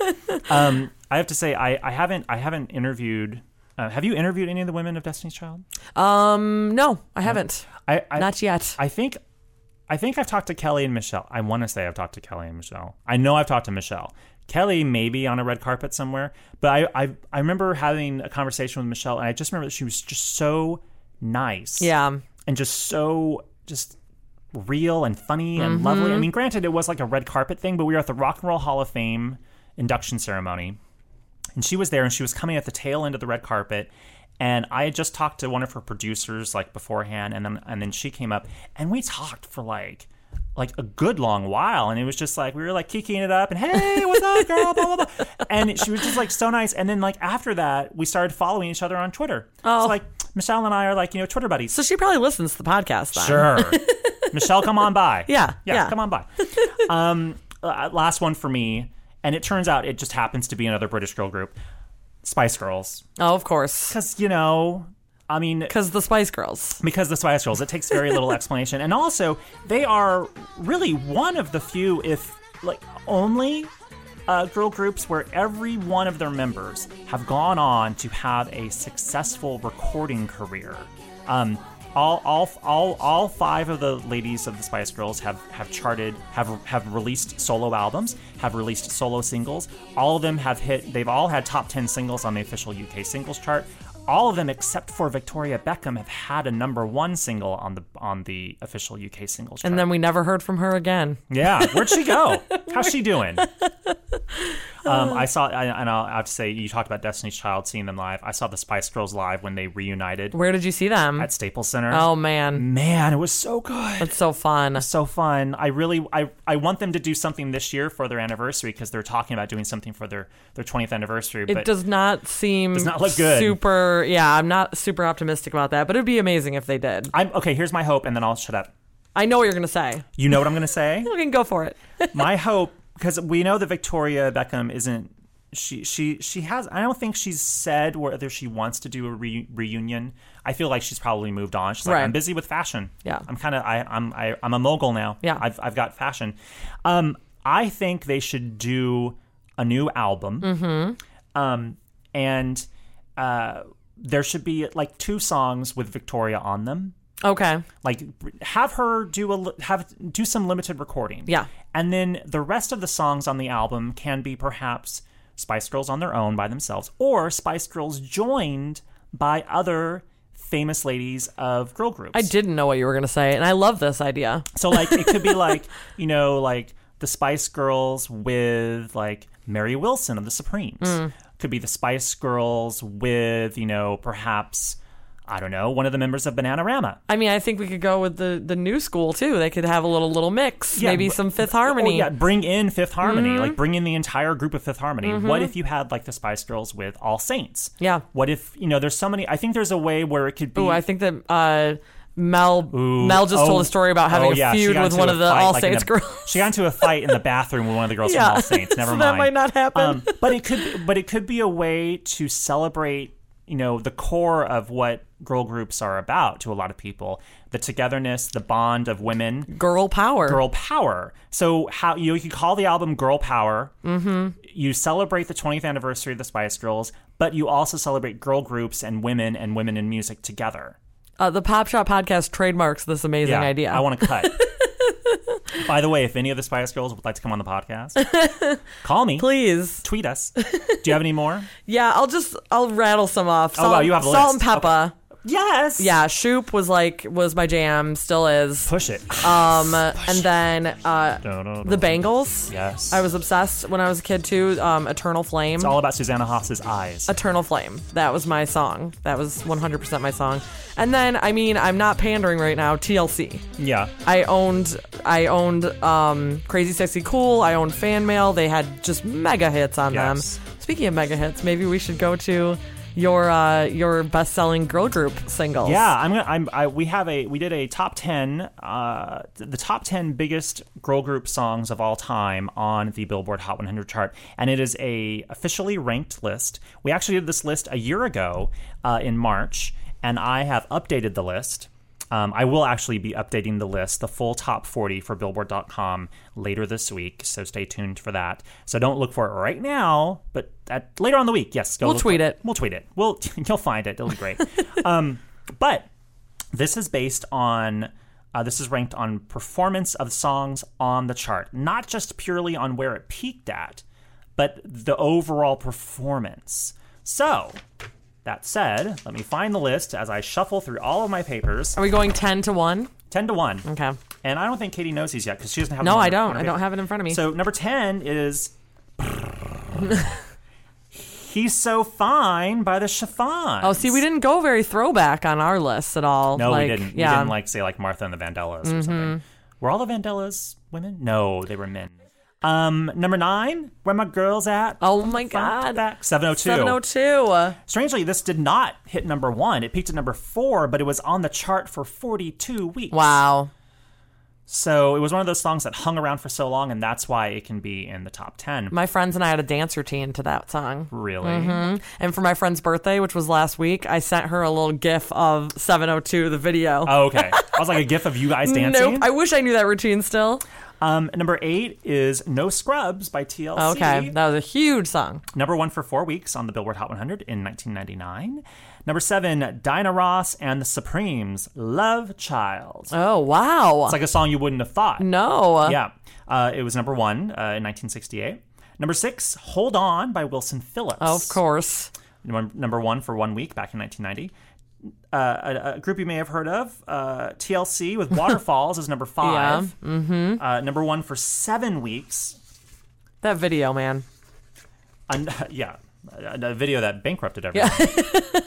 Speaker 1: Um, I have to say, I, I haven't I haven't interviewed. Uh, have you interviewed any of the women of Destiny's Child?
Speaker 2: no, I haven't.
Speaker 1: I, I
Speaker 2: Not yet.
Speaker 1: I think I think I've talked to Kelly and Michelle. I want to say I've talked to Kelly and Michelle. I know I've talked to Michelle. Kelly maybe on a red carpet somewhere, but I I, I remember having a conversation with Michelle, and I just remember that she was just so nice.
Speaker 2: Yeah.
Speaker 1: and just so just real and funny and lovely. I mean, granted, it was like a red carpet thing, but we were at the Rock and Roll Hall of Fame induction ceremony, and she was there, and she was coming at the tail end of the red carpet. And I had just talked to one of her producers like beforehand, and then and then she came up, and we talked for like like a good long while, and it was just like we were like kicking it up, and hey, what's up, girl, blah blah blah, and she was just like so nice. And then like after that, we started following each other on Twitter. Oh, like Michelle and I are like you know Twitter buddies.
Speaker 2: So she probably listens to the podcast. Then.
Speaker 1: Sure. Michelle, come on by.
Speaker 2: Yeah,
Speaker 1: Yeah,
Speaker 2: yeah.
Speaker 1: come on by. Um, uh, last one for me. And it turns out it just happens to be another British girl group, Spice Girls.
Speaker 2: Oh, of course,
Speaker 1: Because, you know, I mean,
Speaker 2: because the Spice Girls.
Speaker 1: because the Spice Girls, it takes very little explanation. And also, they are really one of the few, if like only, uh, girl groups where every one of their members have gone on to have a successful recording career. Um, all, all, all, all five of the ladies of the Spice Girls have, have charted, have, have released solo albums, have released solo singles. All of them have hit, they've all had top 10 singles on the official UK singles chart. All of them, except for Victoria Beckham, have had a number one single on the on the official UK singles. chart.
Speaker 2: And then we never heard from her again.
Speaker 1: Yeah, where'd she go? How's she doing? Um, I saw, I, and I'll I have to say, you talked about Destiny's Child seeing them live. I saw the Spice Girls live when they reunited
Speaker 2: Where did you see them?
Speaker 1: at Mm. Staples Center.
Speaker 2: oh man,
Speaker 1: man, it was so good.
Speaker 2: that's so fun.
Speaker 1: So fun. I really, I, I want them to do something this year for their anniversary because they're talking about doing something for their their 20th anniversary.
Speaker 2: It
Speaker 1: but
Speaker 2: does not seem
Speaker 1: Does not look good.
Speaker 2: super. Yeah, I'm not super optimistic about that, but it'd be amazing if they did.
Speaker 1: I'm okay. Here's my hope, and then I'll shut up.
Speaker 2: I know what you're gonna say.
Speaker 1: You know what I'm gonna say?
Speaker 2: You can go for it.
Speaker 1: my hope because we know that Victoria Beckham isn't she she she has I don't think she's said whether she wants to do a re- reunion. I feel like she's probably moved on. She's like
Speaker 2: Right.
Speaker 1: I'm busy with fashion.
Speaker 2: Yeah.
Speaker 1: I'm kind of I I'm I, I'm a mogul now.
Speaker 2: Yeah.
Speaker 1: I've I've got fashion. Um, I think they should do a new album.
Speaker 2: Mm-hmm.
Speaker 1: Um, and uh, there should be like two songs with Victoria on them
Speaker 2: Okay.
Speaker 1: like have her do a li- have do some limited recording
Speaker 2: Yeah.
Speaker 1: and then the rest of the songs on the album can be perhaps spice girls on their own by themselves or spice girls joined by other famous ladies of girl groups
Speaker 2: I didn't know what you were gonna say, and I love this idea.
Speaker 1: so like it could be like you know like the Spice Girls with like Mary Wilson of the Supremes. Could be the Spice Girls with, you know, perhaps, I don't know, one of the members of Bananarama.
Speaker 2: I mean, I think we could go with the the new school too. They could have a little little mix,
Speaker 1: Yeah,
Speaker 2: maybe
Speaker 1: but-
Speaker 2: some Fifth
Speaker 1: Oh,
Speaker 2: Harmony. Mm-hmm.
Speaker 1: yeah, bring in Fifth Harmony. Like bring in the entire group of Fifth Harmony. What if you had like the Spice Girls with All Saints?
Speaker 2: Yeah.
Speaker 1: What if you know? There's so many. I think there's a way where it could be.
Speaker 2: Ooh, I think that uh, Mel
Speaker 1: Ooh,
Speaker 2: Mel just
Speaker 1: oh,
Speaker 2: told a story about
Speaker 1: oh,
Speaker 2: having
Speaker 1: yeah,
Speaker 2: a
Speaker 1: she
Speaker 2: feud
Speaker 1: got
Speaker 2: with
Speaker 1: into
Speaker 2: one
Speaker 1: a
Speaker 2: of the
Speaker 1: fight,
Speaker 2: All
Speaker 1: like, in
Speaker 2: Saints
Speaker 1: a-
Speaker 2: girls.
Speaker 1: She got into a fight in the bathroom with one of the girls
Speaker 2: Yeah.
Speaker 1: from All Saints. Never
Speaker 2: So
Speaker 1: mind. Um,
Speaker 2: that might not happen.
Speaker 1: but it could. But it could be a way to celebrate. You know the core of what girl groups are about to a lot of people: the togetherness, the bond of women,
Speaker 2: Girl power.
Speaker 1: girl power. So how you, know, you could call the album "Girl Power." Mm-hmm. You celebrate the 20th anniversary of the Spice Girls, but you also celebrate girl groups and women and women in music together.
Speaker 2: Uh, the Pop Shop podcast trademarks this amazing idea.
Speaker 1: I want to cut. By the way, if any of the Spice Girls would like to come on the podcast, call me.
Speaker 2: Please,
Speaker 1: Tweet us. Do you have any more?
Speaker 2: yeah, I'll just I'll rattle some off.
Speaker 1: Oh, wow, you have a
Speaker 2: salt and
Speaker 1: list. Okay.
Speaker 2: pepper.
Speaker 1: Yes.
Speaker 2: Yeah, Shoop was like was my jam, still is.
Speaker 1: Push it.
Speaker 2: Um, and then uh,
Speaker 1: Dun-dun-dun.
Speaker 2: the Bangles.
Speaker 1: Yes.
Speaker 2: I was obsessed when I was a kid too. Um, Eternal Flame.
Speaker 1: It's all about Susanna Haas's eyes.
Speaker 2: Eternal Flame. That was my song. That was 100% my song. And then, I mean, I'm not pandering right now. TLC.
Speaker 1: Yeah.
Speaker 2: I owned, I owned um, Crazy Sexy Cool. I owned Fan Mail. They had just mega hits on
Speaker 1: Yes.
Speaker 2: them. Speaking of mega hits, maybe we should go to your uh, your best selling girl group singles.
Speaker 1: Yeah, I'm gonna. I'm. I, we have a. We did a top ten. Uh, the top ten biggest girl group songs of all time on the Billboard Hot 100 chart, and it is a officially ranked list. We actually did this list a year ago uh, in March, and I have updated the list. Um, I will actually be updating the list, the full top 40 for Billboard.com later this week, so stay tuned for that. So don't look for it right now, but at, later on the week, yes, go
Speaker 2: We'll
Speaker 1: look
Speaker 2: tweet
Speaker 1: for
Speaker 2: it.
Speaker 1: We'll tweet it. We'll you'll find it. It'll be great. um, but this is based on uh, this is ranked on performance of songs on the chart, not just purely on where it peaked at, but the overall performance. So that said, let me find the list as I shuffle through all of my papers.
Speaker 2: Are we going 10 to 1?
Speaker 1: Ten to one.
Speaker 2: Okay.
Speaker 1: And I don't think Katie knows these yet because she doesn't have.
Speaker 2: No,
Speaker 1: them on
Speaker 2: I
Speaker 1: her- on
Speaker 2: don't.
Speaker 1: her
Speaker 2: I don't
Speaker 1: paper.
Speaker 2: have it in front of me.
Speaker 1: So number ten is. He's so fine by the chiffon.
Speaker 2: oh, see, we didn't go very throwback on our list at all.
Speaker 1: No,
Speaker 2: like,
Speaker 1: we didn't.
Speaker 2: Yeah. Mm-hmm.
Speaker 1: We didn't like say like Martha and the Vandellas or something. Were all the Vandellas women? No, they were men. Um, number nine, where my girls at?
Speaker 2: Oh my God.
Speaker 1: back seven oh two.
Speaker 2: 702.
Speaker 1: Strangely, this did not hit number one. It peaked at number four, but it was on the chart for forty two weeks.
Speaker 2: Wow.
Speaker 1: So it was one of those songs that hung around for so long, and that's why it can be in the top ten.
Speaker 2: My friends and I had a dance routine to that song.
Speaker 1: really?
Speaker 2: Mm-hmm. And for my friend's birthday, which was last week, I sent her a little gif of 702, the video.
Speaker 1: Oh, okay. I was like a gif of you guys dancing.
Speaker 2: Nope. I wish I knew that routine still.
Speaker 1: um, number eight is No Scrubs by TLC.
Speaker 2: Okay. That was a huge song.
Speaker 1: Number one for four weeks on the Billboard Hot 100 in 1999. Number seven, Dinah Ross and the Supremes, Love Child.
Speaker 2: Oh, wow. Oh,
Speaker 1: It's like a song you wouldn't have thought.
Speaker 2: no.
Speaker 1: Yeah. Uh, it was number one uh, in 1968. Number six, Hold On by Wilson Phillips.
Speaker 2: Of course.
Speaker 1: Num- Number one for one week back in 1990. Uh, a, a group you may have heard of, uh, TLC with Waterfalls is number five. Mm-hmm. Uh, number one for seven weeks
Speaker 2: That video, man.
Speaker 1: An- yeah, a, a video that bankrupted everyone.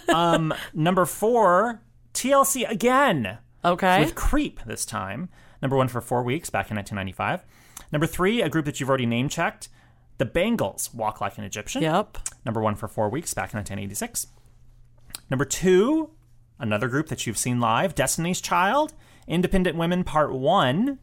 Speaker 1: um, number four, TLC again
Speaker 2: Okay.
Speaker 1: with Creep this time. Number one for four weeks back in 1995. Number three, a group that you've already name checked, the Bangles, Walk Like an Egyptian.
Speaker 2: Yep.
Speaker 1: Number one for four weeks back in 1986. Number two, another group that you've seen live, Destiny's Child, Independent Women Part One,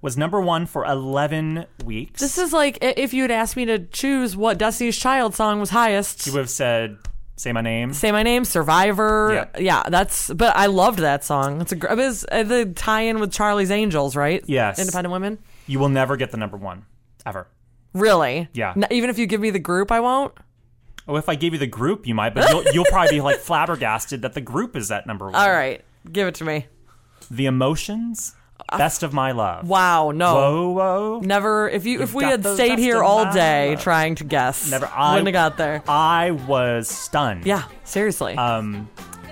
Speaker 1: was number one for 11 weeks.
Speaker 2: This is like i- if you had asked me to choose what Destiny's Child song was highest.
Speaker 1: you would have said, "Say my name."
Speaker 2: Say my name, Survivor.
Speaker 1: Yeah.
Speaker 2: Yeah, that's. But I loved that song. It's a gr- it was uh, the tie-in with Charlie's Angels, right?
Speaker 1: Yes.
Speaker 2: Independent Women.
Speaker 1: You will never get the number one ever.
Speaker 2: Really?
Speaker 1: Yeah.
Speaker 2: N- even if you give me the group, I won't.
Speaker 1: Oh, if I gave you the group, you might, but you'll, you'll probably be like flabbergasted that the group is at number one.
Speaker 2: All right, give it to me.
Speaker 1: The emotions,
Speaker 2: Uh,
Speaker 1: best of my love. Oh,
Speaker 2: Wow, no,
Speaker 1: Whoa, whoa.
Speaker 2: never. If you if we
Speaker 1: got
Speaker 2: had
Speaker 1: those
Speaker 2: stayed
Speaker 1: just
Speaker 2: here
Speaker 1: in
Speaker 2: all
Speaker 1: my
Speaker 2: day
Speaker 1: love.
Speaker 2: trying to guess,
Speaker 1: Never. I
Speaker 2: wouldn't have got there.
Speaker 1: I was stunned.
Speaker 2: yeah, seriously,
Speaker 1: Um,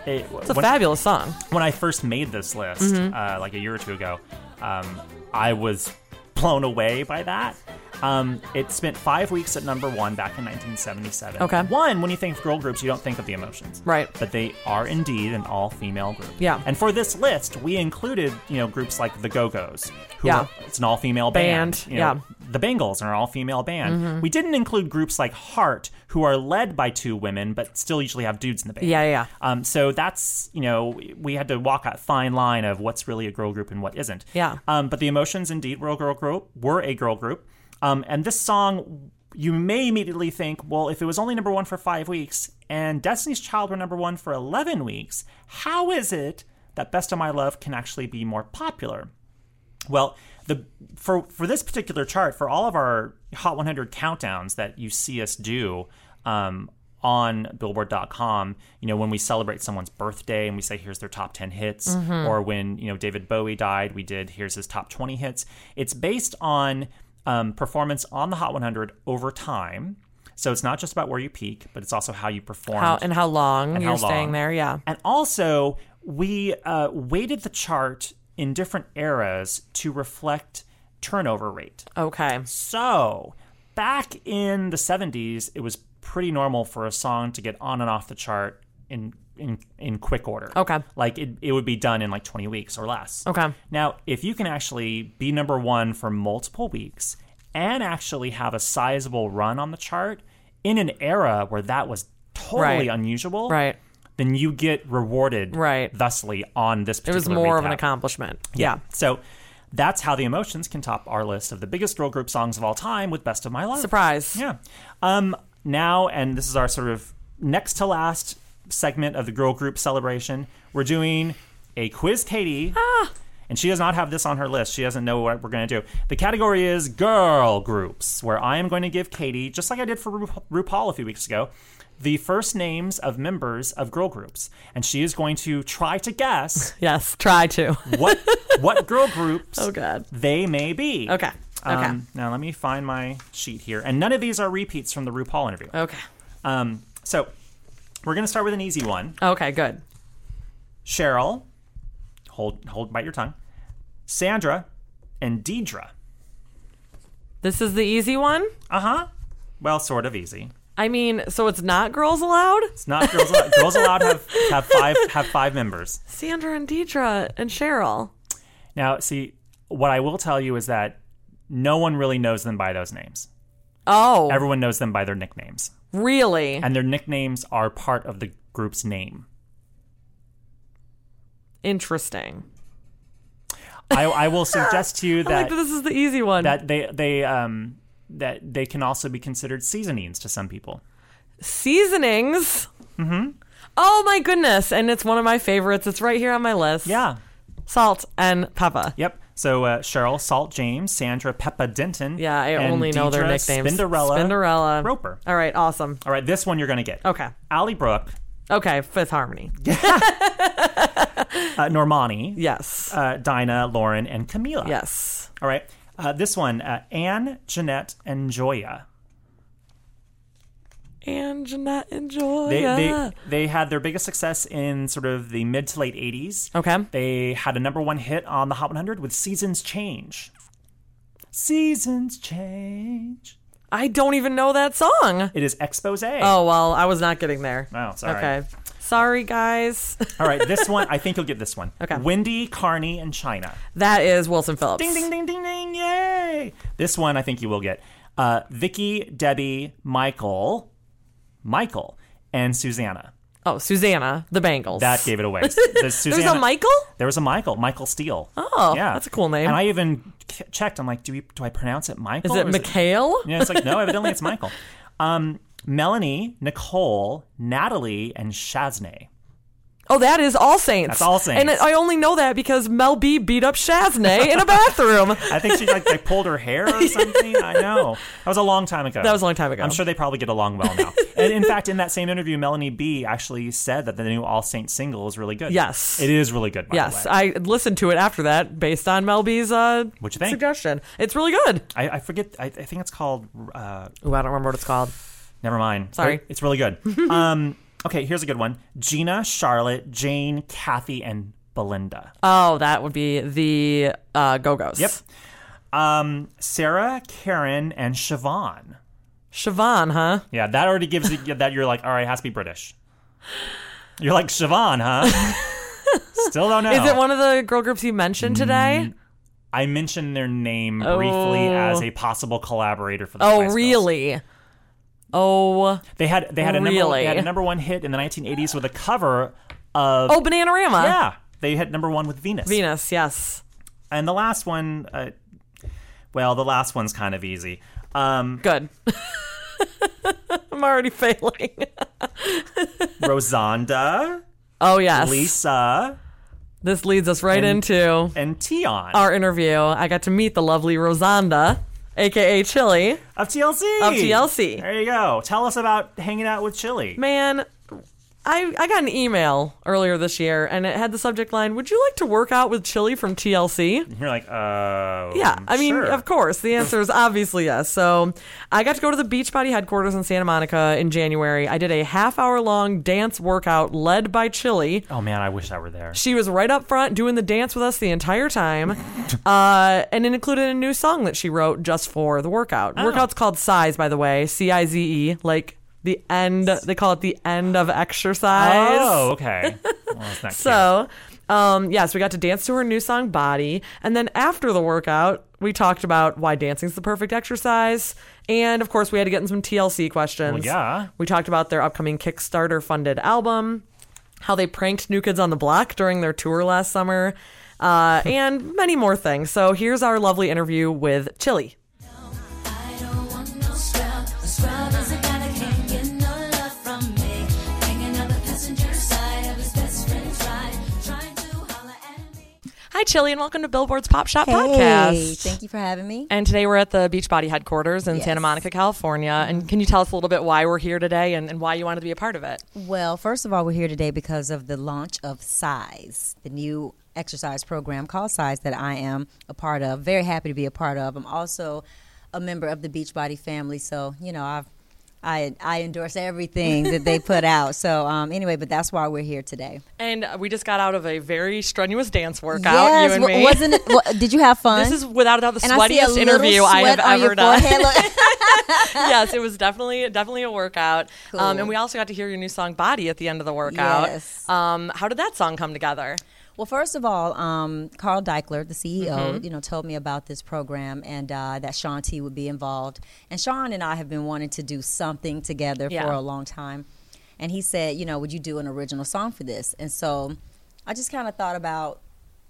Speaker 1: it,
Speaker 2: it's a
Speaker 1: when,
Speaker 2: fabulous song. Mm-hmm.
Speaker 1: when I first made this list, uh, like a year or two ago, um, I was blown away by that. Um, it spent five weeks at number one back in 1977.
Speaker 2: Okay.
Speaker 1: One, when you think of girl groups, you don't think of the emotions.
Speaker 2: Right.
Speaker 1: But they are indeed an all female group.
Speaker 2: Yeah.
Speaker 1: And for this list, we included, you know, groups like the Go Go's, who
Speaker 2: Yeah.
Speaker 1: are- it's an all female
Speaker 2: Band,
Speaker 1: you know,
Speaker 2: yeah. Mm-hmm.
Speaker 1: the Bengals are an all female band. We didn't include groups like Heart, who are led by two women, but still usually have dudes in the band.
Speaker 2: Yeah, yeah, yeah.
Speaker 1: Um, so that's, you know, we had to walk a fine line of what's really a girl group and what isn't.
Speaker 2: Yeah.
Speaker 1: Um, but the Emotions indeed were a girl group, were a girl group. Um, and this song, you may immediately think, well, if it was only number one for five weeks and Destiny's Child were number one for 11 weeks, how is it that Best of My Love can actually be more popular? Well, the for for this particular chart, for all of our Hot 100 countdowns that you see us do um, on Billboard.com, you know, when we celebrate someone's birthday and we say here's their top 10 hits,
Speaker 2: Mm-hmm.
Speaker 1: or when you know David Bowie died, we did here's his top 20 hits. It's based on um, performance on the Hot 100 over time. So it's not just about where you peak, but it's also how you perform
Speaker 2: How and how long
Speaker 1: And
Speaker 2: you're
Speaker 1: how long.
Speaker 2: staying there? Yeah.
Speaker 1: and also, we uh, weighted the chart in different eras to reflect turnover rate.
Speaker 2: Okay.
Speaker 1: So, back in the 70s, it was pretty normal for a song to get on and off the chart in in, in quick order.
Speaker 2: Okay.
Speaker 1: Like it, it would be done in like 20 weeks or less.
Speaker 2: Okay.
Speaker 1: Now, if you can actually be number 1 for multiple weeks and actually have a sizable run on the chart in an era where that was totally
Speaker 2: Right.
Speaker 1: unusual,
Speaker 2: Right.
Speaker 1: then you get rewarded
Speaker 2: Right.
Speaker 1: thusly on this
Speaker 2: It
Speaker 1: particular
Speaker 2: was more of an
Speaker 1: recap.
Speaker 2: accomplishment.
Speaker 1: Yeah. So that's how the emotions can top our list of the biggest girl group songs of all time with Best of My Love.
Speaker 2: Surprise.
Speaker 1: Yeah. Um, now, and this is our sort of next to last segment of the girl group celebration, we're doing a quiz Katie. And she does not have this on her list. She doesn't know what we're going to do. The category is girl groups, where I am going to give Katie, just like I did for Ru- RuPaul a few weeks ago, the first names of members of girl groups. And she is going to try to guess
Speaker 2: Yes. Try to.
Speaker 1: what what girl groups
Speaker 2: Oh, God.
Speaker 1: they may be.
Speaker 2: Okay. Okay.
Speaker 1: Um, now let me find my sheet here, and none of these are repeats from the RuPaul interview.
Speaker 2: okay.
Speaker 1: Um, so we're gonna start with an easy one.
Speaker 2: Okay. Good.
Speaker 1: Cheryl, hold hold bite your tongue. Sandra and Deidre.
Speaker 2: This is the easy one.
Speaker 1: Uh huh. Well, sort of easy.
Speaker 2: I mean, so it's not girls allowed.
Speaker 1: It's not girls allowed. girls allowed have have five have five members.
Speaker 2: Sandra and Deidre and Cheryl.
Speaker 1: Now, see what I will tell you is that no one really knows them by those names.
Speaker 2: Oh,
Speaker 1: Everyone knows them by their nicknames.
Speaker 2: really?
Speaker 1: and their nicknames are part of the group's name.
Speaker 2: Interesting.
Speaker 1: I, I will suggest to you
Speaker 2: I like
Speaker 1: that
Speaker 2: that this is the easy one.
Speaker 1: that they they um that they can also be considered seasonings to some people.
Speaker 2: Seasonings. Mm-hmm. Oh my goodness! And it's one of my favorites. It's right here on my list.
Speaker 1: Yeah.
Speaker 2: Salt and pepper.
Speaker 1: Yep. So uh, Cheryl, Salt, James, Sandra, Peppa Denton.
Speaker 2: Yeah, I
Speaker 1: and
Speaker 2: only know their
Speaker 1: Deidre
Speaker 2: nicknames.
Speaker 1: Spinderella,
Speaker 2: Spinderella.
Speaker 1: Roper.
Speaker 2: All right. Awesome.
Speaker 1: All right, this one you're gonna get.
Speaker 2: Okay.
Speaker 1: Allie Brooke,
Speaker 2: Okay. Fifth Harmony.
Speaker 1: uh, Normani,
Speaker 2: Yes.
Speaker 1: uh, Dinah, Lauren, and Camila.
Speaker 2: yes.
Speaker 1: All right. Uh, this one, uh, Anne, Jeanette, and Joya.
Speaker 2: And Jeanette and Joya.
Speaker 1: They, they they had their biggest success in sort of the mid to late 80s.
Speaker 2: Okay.
Speaker 1: They had a number one hit on the Hot 100 with Seasons Change. Seasons Change.
Speaker 2: I don't even know that song.
Speaker 1: It is expose.
Speaker 2: Oh well, I was not getting there.
Speaker 1: Oh, sorry.
Speaker 2: Okay. Sorry, guys.
Speaker 1: All right, this one, I think you'll get this one.
Speaker 2: Okay.
Speaker 1: Wendy, Carney, and China.
Speaker 2: that is Wilson Phillips.
Speaker 1: Ding, ding, ding, ding, ding, yay. This one I think you will get. Uh, Vicky, Debbie, Michael, Michael, and Susanna.
Speaker 2: Oh, Susanna, the Bengals.
Speaker 1: That gave it away. The
Speaker 2: There's
Speaker 1: Susanna-
Speaker 2: a Michael?
Speaker 1: There was a Michael, Michael Steele.
Speaker 2: Oh, that's a cool name.
Speaker 1: And I even c- checked. I'm like, do we do I pronounce it Michael?
Speaker 2: Is it
Speaker 1: or
Speaker 2: Mikhail?
Speaker 1: Yeah, it's like no. Evidently, it's Michael. Um, Melanie, Nicole, Natalie, and Shaznay.
Speaker 2: Oh, that is All Saints.
Speaker 1: That's All Saints.
Speaker 2: And I only know that because Mel B beat up Shaznay in a bathroom.
Speaker 1: I think she like they pulled her hair or something. I know that was a long time ago.
Speaker 2: That was a long time ago.
Speaker 1: I'm sure they probably get along well now. and in fact, in that same interview, Melanie B actually said that the new All Saints single is really good.
Speaker 2: Yes.
Speaker 1: it is really good. By
Speaker 2: Yes,
Speaker 1: the way.
Speaker 2: I listened to it after that based on Mel B's uh,
Speaker 1: What'd you think?
Speaker 2: suggestion. It's really good.
Speaker 1: I, I forget. I, I think it's called. Uh,
Speaker 2: Ooh, I don't remember what it's called.
Speaker 1: Never mind.
Speaker 2: Sorry.
Speaker 1: It- It's really good. um, okay, here's a good one Gina, Charlotte, Jane, Kathy, and Belinda.
Speaker 2: Oh, that would be the uh, Go Go's.
Speaker 1: Yep. Um, Sarah, Karen, and Siobhan.
Speaker 2: Siobhan, huh?
Speaker 1: Yeah, that already gives you that you're like, all right, it has to be British. You're like Siobhan, huh? Still don't know.
Speaker 2: Is it one of the girl groups you mentioned
Speaker 1: Mm,
Speaker 2: today?
Speaker 1: I mentioned their name briefly
Speaker 2: Oh.
Speaker 1: as a possible collaborator for the Spice
Speaker 2: Oh,
Speaker 1: Girls.
Speaker 2: really? Oh,
Speaker 1: They had they had a number
Speaker 2: Really?
Speaker 1: they had a number one hit in the 1980s with a cover of
Speaker 2: oh, Bananarama.
Speaker 1: yeah they hit number one with Venus
Speaker 2: Venus. Yes.
Speaker 1: and the last one uh, well the last one's kind of easy um,
Speaker 2: Good. I'm already failing.
Speaker 1: Rosanda
Speaker 2: Oh yes.
Speaker 1: Lisa
Speaker 2: This leads us right into
Speaker 1: and Tion
Speaker 2: our interview. I got to meet the lovely Rosanda, aka Chili.
Speaker 1: of TLC
Speaker 2: Of TLC.
Speaker 1: there you go tell us about hanging out with Chili
Speaker 2: Man, I I got an email earlier this year, and it had the subject line: "Would you like to work out with Chili from TLC?"
Speaker 1: you're like oh
Speaker 2: Yeah, I mean,
Speaker 1: sure.
Speaker 2: of course, the answer is obviously yes. So I got to go to the Beachbody headquarters in Santa Monica in January. I did a half hour long dance workout led by Chili.
Speaker 1: oh man I wish I were there
Speaker 2: She was right up front doing the dance with us the entire time. Uh, and it included a new song that she wrote just for the workout. Workout's called Size, by the way C I Z E, like the end, they call it the end of exercise.
Speaker 1: oh okay well, that's not
Speaker 2: So, um, yes, we got to dance to her new song, Body. And then after the workout, we talked about why dancing's the perfect exercise. And of course, we had to get in some TLC questions.
Speaker 1: Well, yeah.
Speaker 2: We talked about their upcoming Kickstarter funded album, how they pranked New Kids on the Block during their tour last summer, uh, and many more things. So, here's our lovely interview with Chili.
Speaker 3: I don't want no scrub. A scrub is a guy that can't get no love from me. Hanging on the passenger side of his best friend's ride, trying to holler at me.
Speaker 2: Hi, Chili, and welcome to Billboard's Pop Shop Podcast.
Speaker 3: Thank you for having me.
Speaker 2: And today we're at the Beachbody headquarters in Santa Monica, California. And can you tell us a little bit why we're here today and, and why you wanted to be a part of it?
Speaker 3: Well, first of all, we're here today because of the launch of Size, the new exercise program called Size that I am a part of. Very happy to be a part of. I'm also a member of the Beachbody family, so you know I've. I, I endorse everything that they put out. So um, anyway, but that's why we're here today.
Speaker 2: And we just got out of a very strenuous dance workout,
Speaker 3: Yes,
Speaker 2: you and
Speaker 3: w-
Speaker 2: me.
Speaker 3: wasn't it? w- did you have fun?
Speaker 2: this is without a doubt the
Speaker 3: And I see a
Speaker 2: sweatiest
Speaker 3: little
Speaker 2: interview I have
Speaker 3: sweat on
Speaker 2: ever
Speaker 3: your
Speaker 2: done.
Speaker 3: forehead. Look-
Speaker 2: yes, it was definitely definitely a workout. Um,
Speaker 3: Cool.
Speaker 2: and we also got to hear your new song "Body" at the end of the workout.
Speaker 3: Yes.
Speaker 2: Um, how did that song come together?
Speaker 3: Well, first of all, um, Carl Deichler, the CEO,
Speaker 2: Mm-hmm.
Speaker 3: you know, told me about this program and uh, that Sean T would be involved. And Sean and I have been wanting to do something together
Speaker 2: Yeah.
Speaker 3: for a long time. And he said, you know, would you do an original song for this? And so I just kind of thought about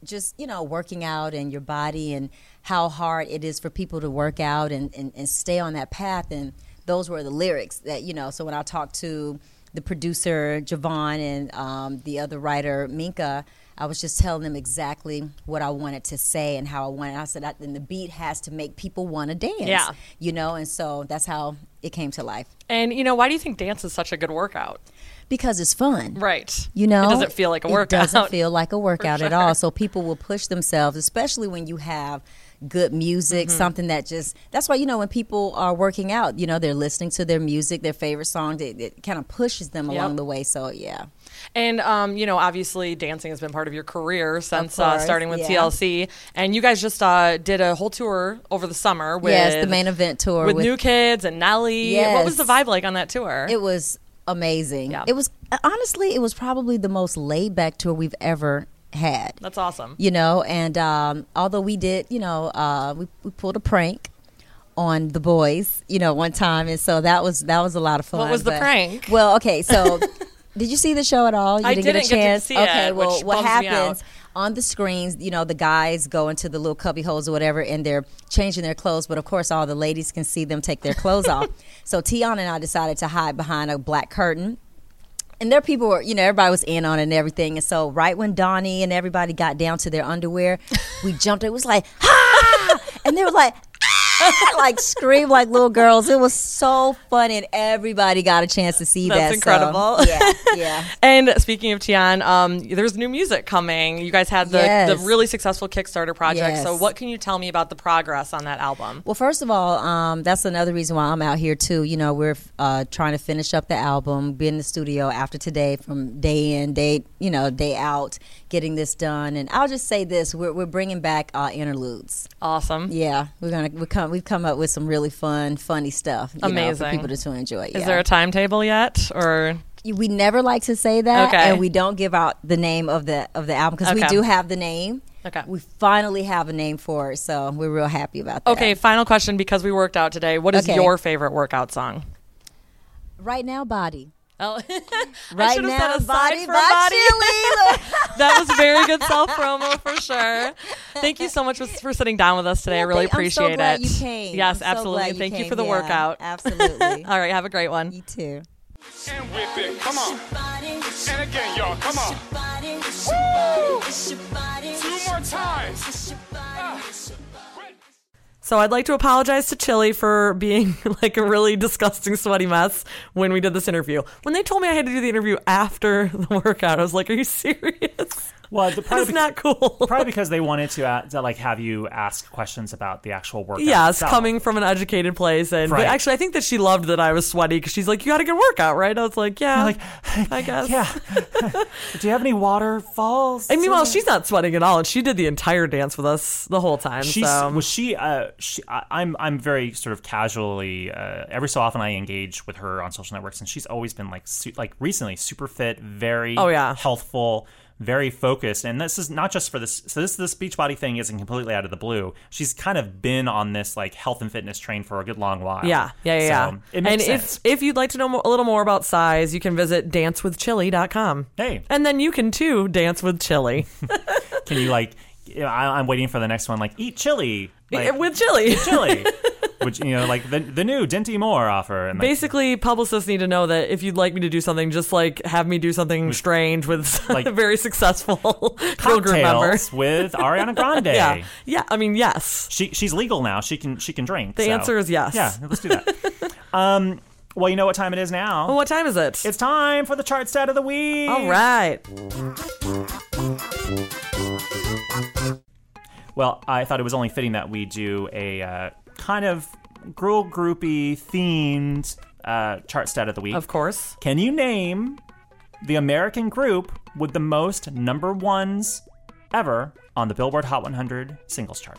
Speaker 3: just, you know, working out and your body and how hard it is for people to work out and, and, and stay on that path. And those were the lyrics that, you know, so when I talked to the producer Javon and um, the other writer Minka, I was just telling them exactly what I wanted to say and how I wanted. I said, I, then the beat has to make people want to dance,
Speaker 2: Yeah.
Speaker 3: you know, and so that's how it came to life
Speaker 2: And you know, why do you think dance is such a good workout?
Speaker 3: because it's fun,
Speaker 2: Right.
Speaker 3: You know,
Speaker 2: it doesn't feel like a workout.
Speaker 3: It doesn't feel like a workout at all. So people will push themselves, especially when you have good music,
Speaker 2: Mm-hmm.
Speaker 3: something that just. That's why you know when people are working out, you know, they're listening to their music, their favorite song. It, it kind of pushes them along the way. So yeah.
Speaker 2: And um, you know, obviously, dancing has been part of your career since uh,
Speaker 3: course,
Speaker 2: starting with
Speaker 3: yeah.
Speaker 2: TLC. And you guys just uh, did a whole tour over the summer with
Speaker 3: Yes, the main event tour
Speaker 2: with,
Speaker 3: with-
Speaker 2: New Kids and Nelly. What was the
Speaker 3: Yes.
Speaker 2: vibe like on that tour?
Speaker 3: It was amazing.
Speaker 2: Yeah.
Speaker 3: It was honestly, it was probably the most laid back tour we've ever had.
Speaker 2: That's awesome.
Speaker 3: You know, and um, although we did, you know, uh, we, we pulled a prank on the boys, you know, one time, and so that was that was a lot of fun.
Speaker 2: What was the
Speaker 3: but-
Speaker 2: prank?
Speaker 3: Well, okay, so did you see the show at all? You
Speaker 2: I
Speaker 3: get a
Speaker 2: didn't get to
Speaker 3: chance.
Speaker 2: see
Speaker 3: okay,
Speaker 2: it,
Speaker 3: well,
Speaker 2: which
Speaker 3: what
Speaker 2: bums me out.
Speaker 3: happens? on the screens, you know, the guys go into the little cubby holes or whatever and they're changing their clothes, but of course all the ladies can see them take their clothes off. So Tiana and I decided to hide behind a black curtain. And there people were, you know, everybody was in on it and everything. And so right when Donnie and everybody got down to their underwear, we jumped. It was like, ah! And they were like, ah! like scream like little girls. It was so fun and everybody got a chance to see
Speaker 2: That's
Speaker 3: that.
Speaker 2: incredible.
Speaker 3: So, yeah, yeah.
Speaker 2: And speaking of Tian, um, there's new music coming. You guys had the,
Speaker 3: Yes.
Speaker 2: the really successful Kickstarter project.
Speaker 3: Yes.
Speaker 2: So, what can you tell me about the progress on that album?
Speaker 3: Well, first of all, um, that's another reason why I'm out here too. You know, we're uh, trying to finish up the album, be in the studio after today, from day in, day you know, day out, getting this done. And I'll just say this: we're we're bringing back uh, interludes.
Speaker 2: Awesome.
Speaker 3: Yeah, we're gonna we come we've come up with some really fun, funny stuff. you know,
Speaker 2: Amazing.
Speaker 3: for people to, to enjoy.
Speaker 2: Is
Speaker 3: yeah.
Speaker 2: there a timetable yet, or
Speaker 3: we never like to say that,
Speaker 2: Okay.
Speaker 3: and we don't give out the name of the of the album because we
Speaker 2: Okay.
Speaker 3: do have the name.
Speaker 2: Okay.
Speaker 3: we finally have a name for it, so we're real happy about that.
Speaker 2: okay? Final question because we worked out today. What is
Speaker 3: Okay.
Speaker 2: your favorite workout song?
Speaker 3: right now, body.
Speaker 2: Oh,
Speaker 3: Right
Speaker 2: should've
Speaker 3: now,
Speaker 2: said aside
Speaker 3: body,
Speaker 2: from
Speaker 3: by
Speaker 2: body.
Speaker 3: Chili.
Speaker 2: that was very good self promo for sure. Thank you so much for, for sitting down with us today. I
Speaker 3: Yeah,
Speaker 2: really
Speaker 3: thank- I'm so
Speaker 2: appreciate
Speaker 3: glad
Speaker 2: it.
Speaker 3: You came. I'm
Speaker 2: Yes,
Speaker 3: so
Speaker 2: absolutely.
Speaker 3: glad
Speaker 2: and thank you
Speaker 3: came.
Speaker 2: for the
Speaker 3: Yeah,
Speaker 2: workout.
Speaker 3: Absolutely.
Speaker 2: All right, have a great one.
Speaker 3: you too.
Speaker 4: Come on. And again, y'all, come on. Two more times.
Speaker 2: So I'd like to apologize to Chili for being like a really disgusting sweaty mess when we did this interview. When they told me I had to do the interview after the workout, I was like, "Are you serious?"
Speaker 1: Well, the, probably
Speaker 2: That's not cool.
Speaker 1: probably because they wanted to, a to like have you ask questions about the actual workout.
Speaker 2: Yes,
Speaker 1: itself.
Speaker 2: coming from an educated place, and
Speaker 1: Right.
Speaker 2: but actually, I think that she loved that I was sweaty because she's like, "You had a good workout, right?" I was like, "Yeah,
Speaker 1: like,
Speaker 2: I guess."
Speaker 1: Yeah. Do you have any waterfalls?
Speaker 2: And meanwhile, she's not sweating at all, and she did the entire dance with us the whole time.
Speaker 1: She's
Speaker 2: so.
Speaker 1: was she? Uh, she I, I'm I'm very sort of casually. Uh, every so often, I engage with her on social networks, and she's always been like su- like recently super fit, very
Speaker 2: Oh, yeah.
Speaker 1: healthful, very focused. And this is not just for this. So this this Beachbody thing isn't completely out of the blue. She's kind of been on this like health and fitness train for a good long while.
Speaker 2: Yeah, yeah, yeah. yeah.
Speaker 1: So It makes
Speaker 2: and
Speaker 1: sense.
Speaker 2: if if you'd like to know mo- a little more about size, you can visit dancewithchili.com.
Speaker 1: Hey.
Speaker 2: And then you can too dance with chili.
Speaker 1: Can you like? I, I'm waiting for the next one. Like eat chili. Like,
Speaker 2: Eh, with chili.
Speaker 1: chili. Which you know, like the the new Dinty Moore offer, and like,
Speaker 2: Basically, publicists need to know that if you'd like me to do something, just like have me do something strange with
Speaker 1: like,
Speaker 2: a very successful girl group member.
Speaker 1: cocktails with Ariana Grande.
Speaker 2: Yeah. Yeah. I mean, yes.
Speaker 1: She she's legal now. She can she can drink.
Speaker 2: The
Speaker 1: so-
Speaker 2: answer is yes.
Speaker 1: Yeah, let's do that. um, well, you know what time it is now.
Speaker 2: Well, what time is it?
Speaker 1: It's time for the chart stat of the week.
Speaker 2: All right.
Speaker 1: Well, I thought it was only fitting that we do a uh, kind of girl groupy themed uh, chart stat of the week.
Speaker 2: Of course.
Speaker 1: Can you name the American group with the most number ones ever on the Billboard Hot 100 singles chart?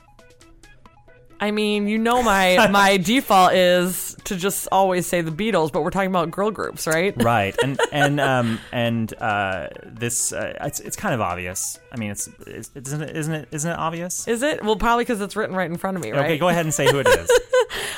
Speaker 2: I mean, you know my my default is to just always say the Beatles, but we're talking about girl groups, right?
Speaker 1: right and and um and uh this uh, it's, it's kind of obvious i mean it's, it's isn't it isn't it isn't it obvious
Speaker 2: Is it? Well, probably because it's written right in front of me, right?
Speaker 1: okay go ahead and say who it is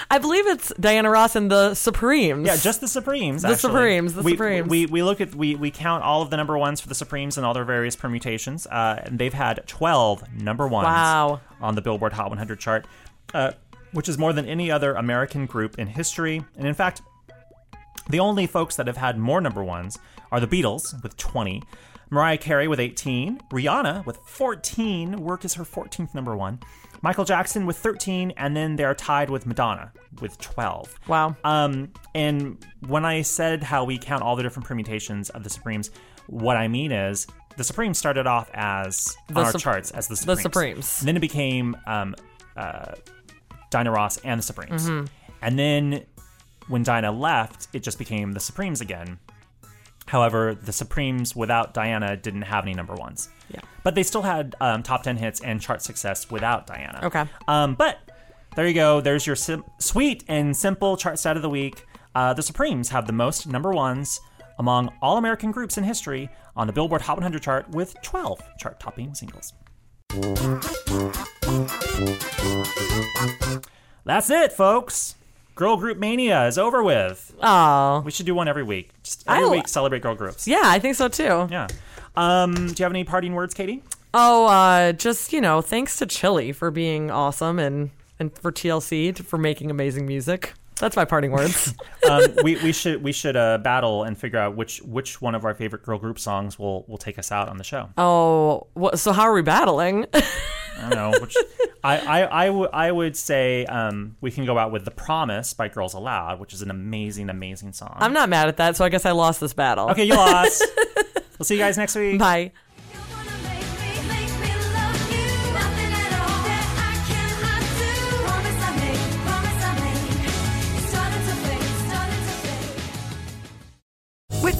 Speaker 2: I believe it's Diana Ross and the Supremes.
Speaker 1: yeah just the supremes
Speaker 2: The
Speaker 1: actually.
Speaker 2: Supremes, the
Speaker 1: we,
Speaker 2: Supremes.
Speaker 1: we we look at we we count all of the number ones for the supremes and all their various permutations uh and they've had 12 number ones
Speaker 2: Wow.
Speaker 1: on the billboard hot 100 chart uh which is more than any other american group in history and in fact The only folks that have had more number ones are the Beatles with 20, Mariah Carey with 18, Rihanna with 14, work is her 14th number one, Michael Jackson with 13, and then they're tied with Madonna with 12.
Speaker 2: Wow.
Speaker 1: Um, and when I said how we count all the different permutations of the Supremes, what I mean is the Supremes started off as
Speaker 2: The
Speaker 1: on our
Speaker 2: Sup-
Speaker 1: charts as the
Speaker 2: the
Speaker 1: Supremes.
Speaker 2: Supremes.
Speaker 1: And then it became um, uh, Dinah Ross and the Supremes.
Speaker 2: Mm-hmm.
Speaker 1: And then when Dinah left, it just became the Supremes again. However, the Supremes without Diana didn't have any number ones. Yeah. But they still had um, top 10 hits and chart success without Diana.
Speaker 2: Okay.
Speaker 1: Um, but there you go. There's your sim- sweet and simple chart stat of the week. Uh, the Supremes have the most number ones among all American groups in history on the Billboard Hot 100 chart with 12 chart topping singles. That's it, folks. Girl group mania is over with.
Speaker 2: Oh,
Speaker 1: We should do one every week. Just every
Speaker 2: I-
Speaker 1: week celebrate girl groups.
Speaker 2: yeah, I think so too.
Speaker 1: Yeah. Um, do you have any parting words, Katie?
Speaker 2: Oh, uh, just you know, thanks to Chili for being awesome and and for TLC to, for making amazing music. That's my parting words.
Speaker 1: Um, we, we should we should uh, battle and figure out which which one of our favorite girl group songs will will take us out on the show.
Speaker 2: oh, what, so how are we battling?
Speaker 1: I don't know. Which, I, I, I, w- I would say um, we can go out with The Promise by Girls Aloud, which is an amazing, amazing song.
Speaker 2: I'm not mad at that, so I guess I lost this battle.
Speaker 1: Okay, you lost. we'll see you guys next week.
Speaker 2: Bye.
Speaker 4: Promise I made, started to fade, started to fade.
Speaker 5: With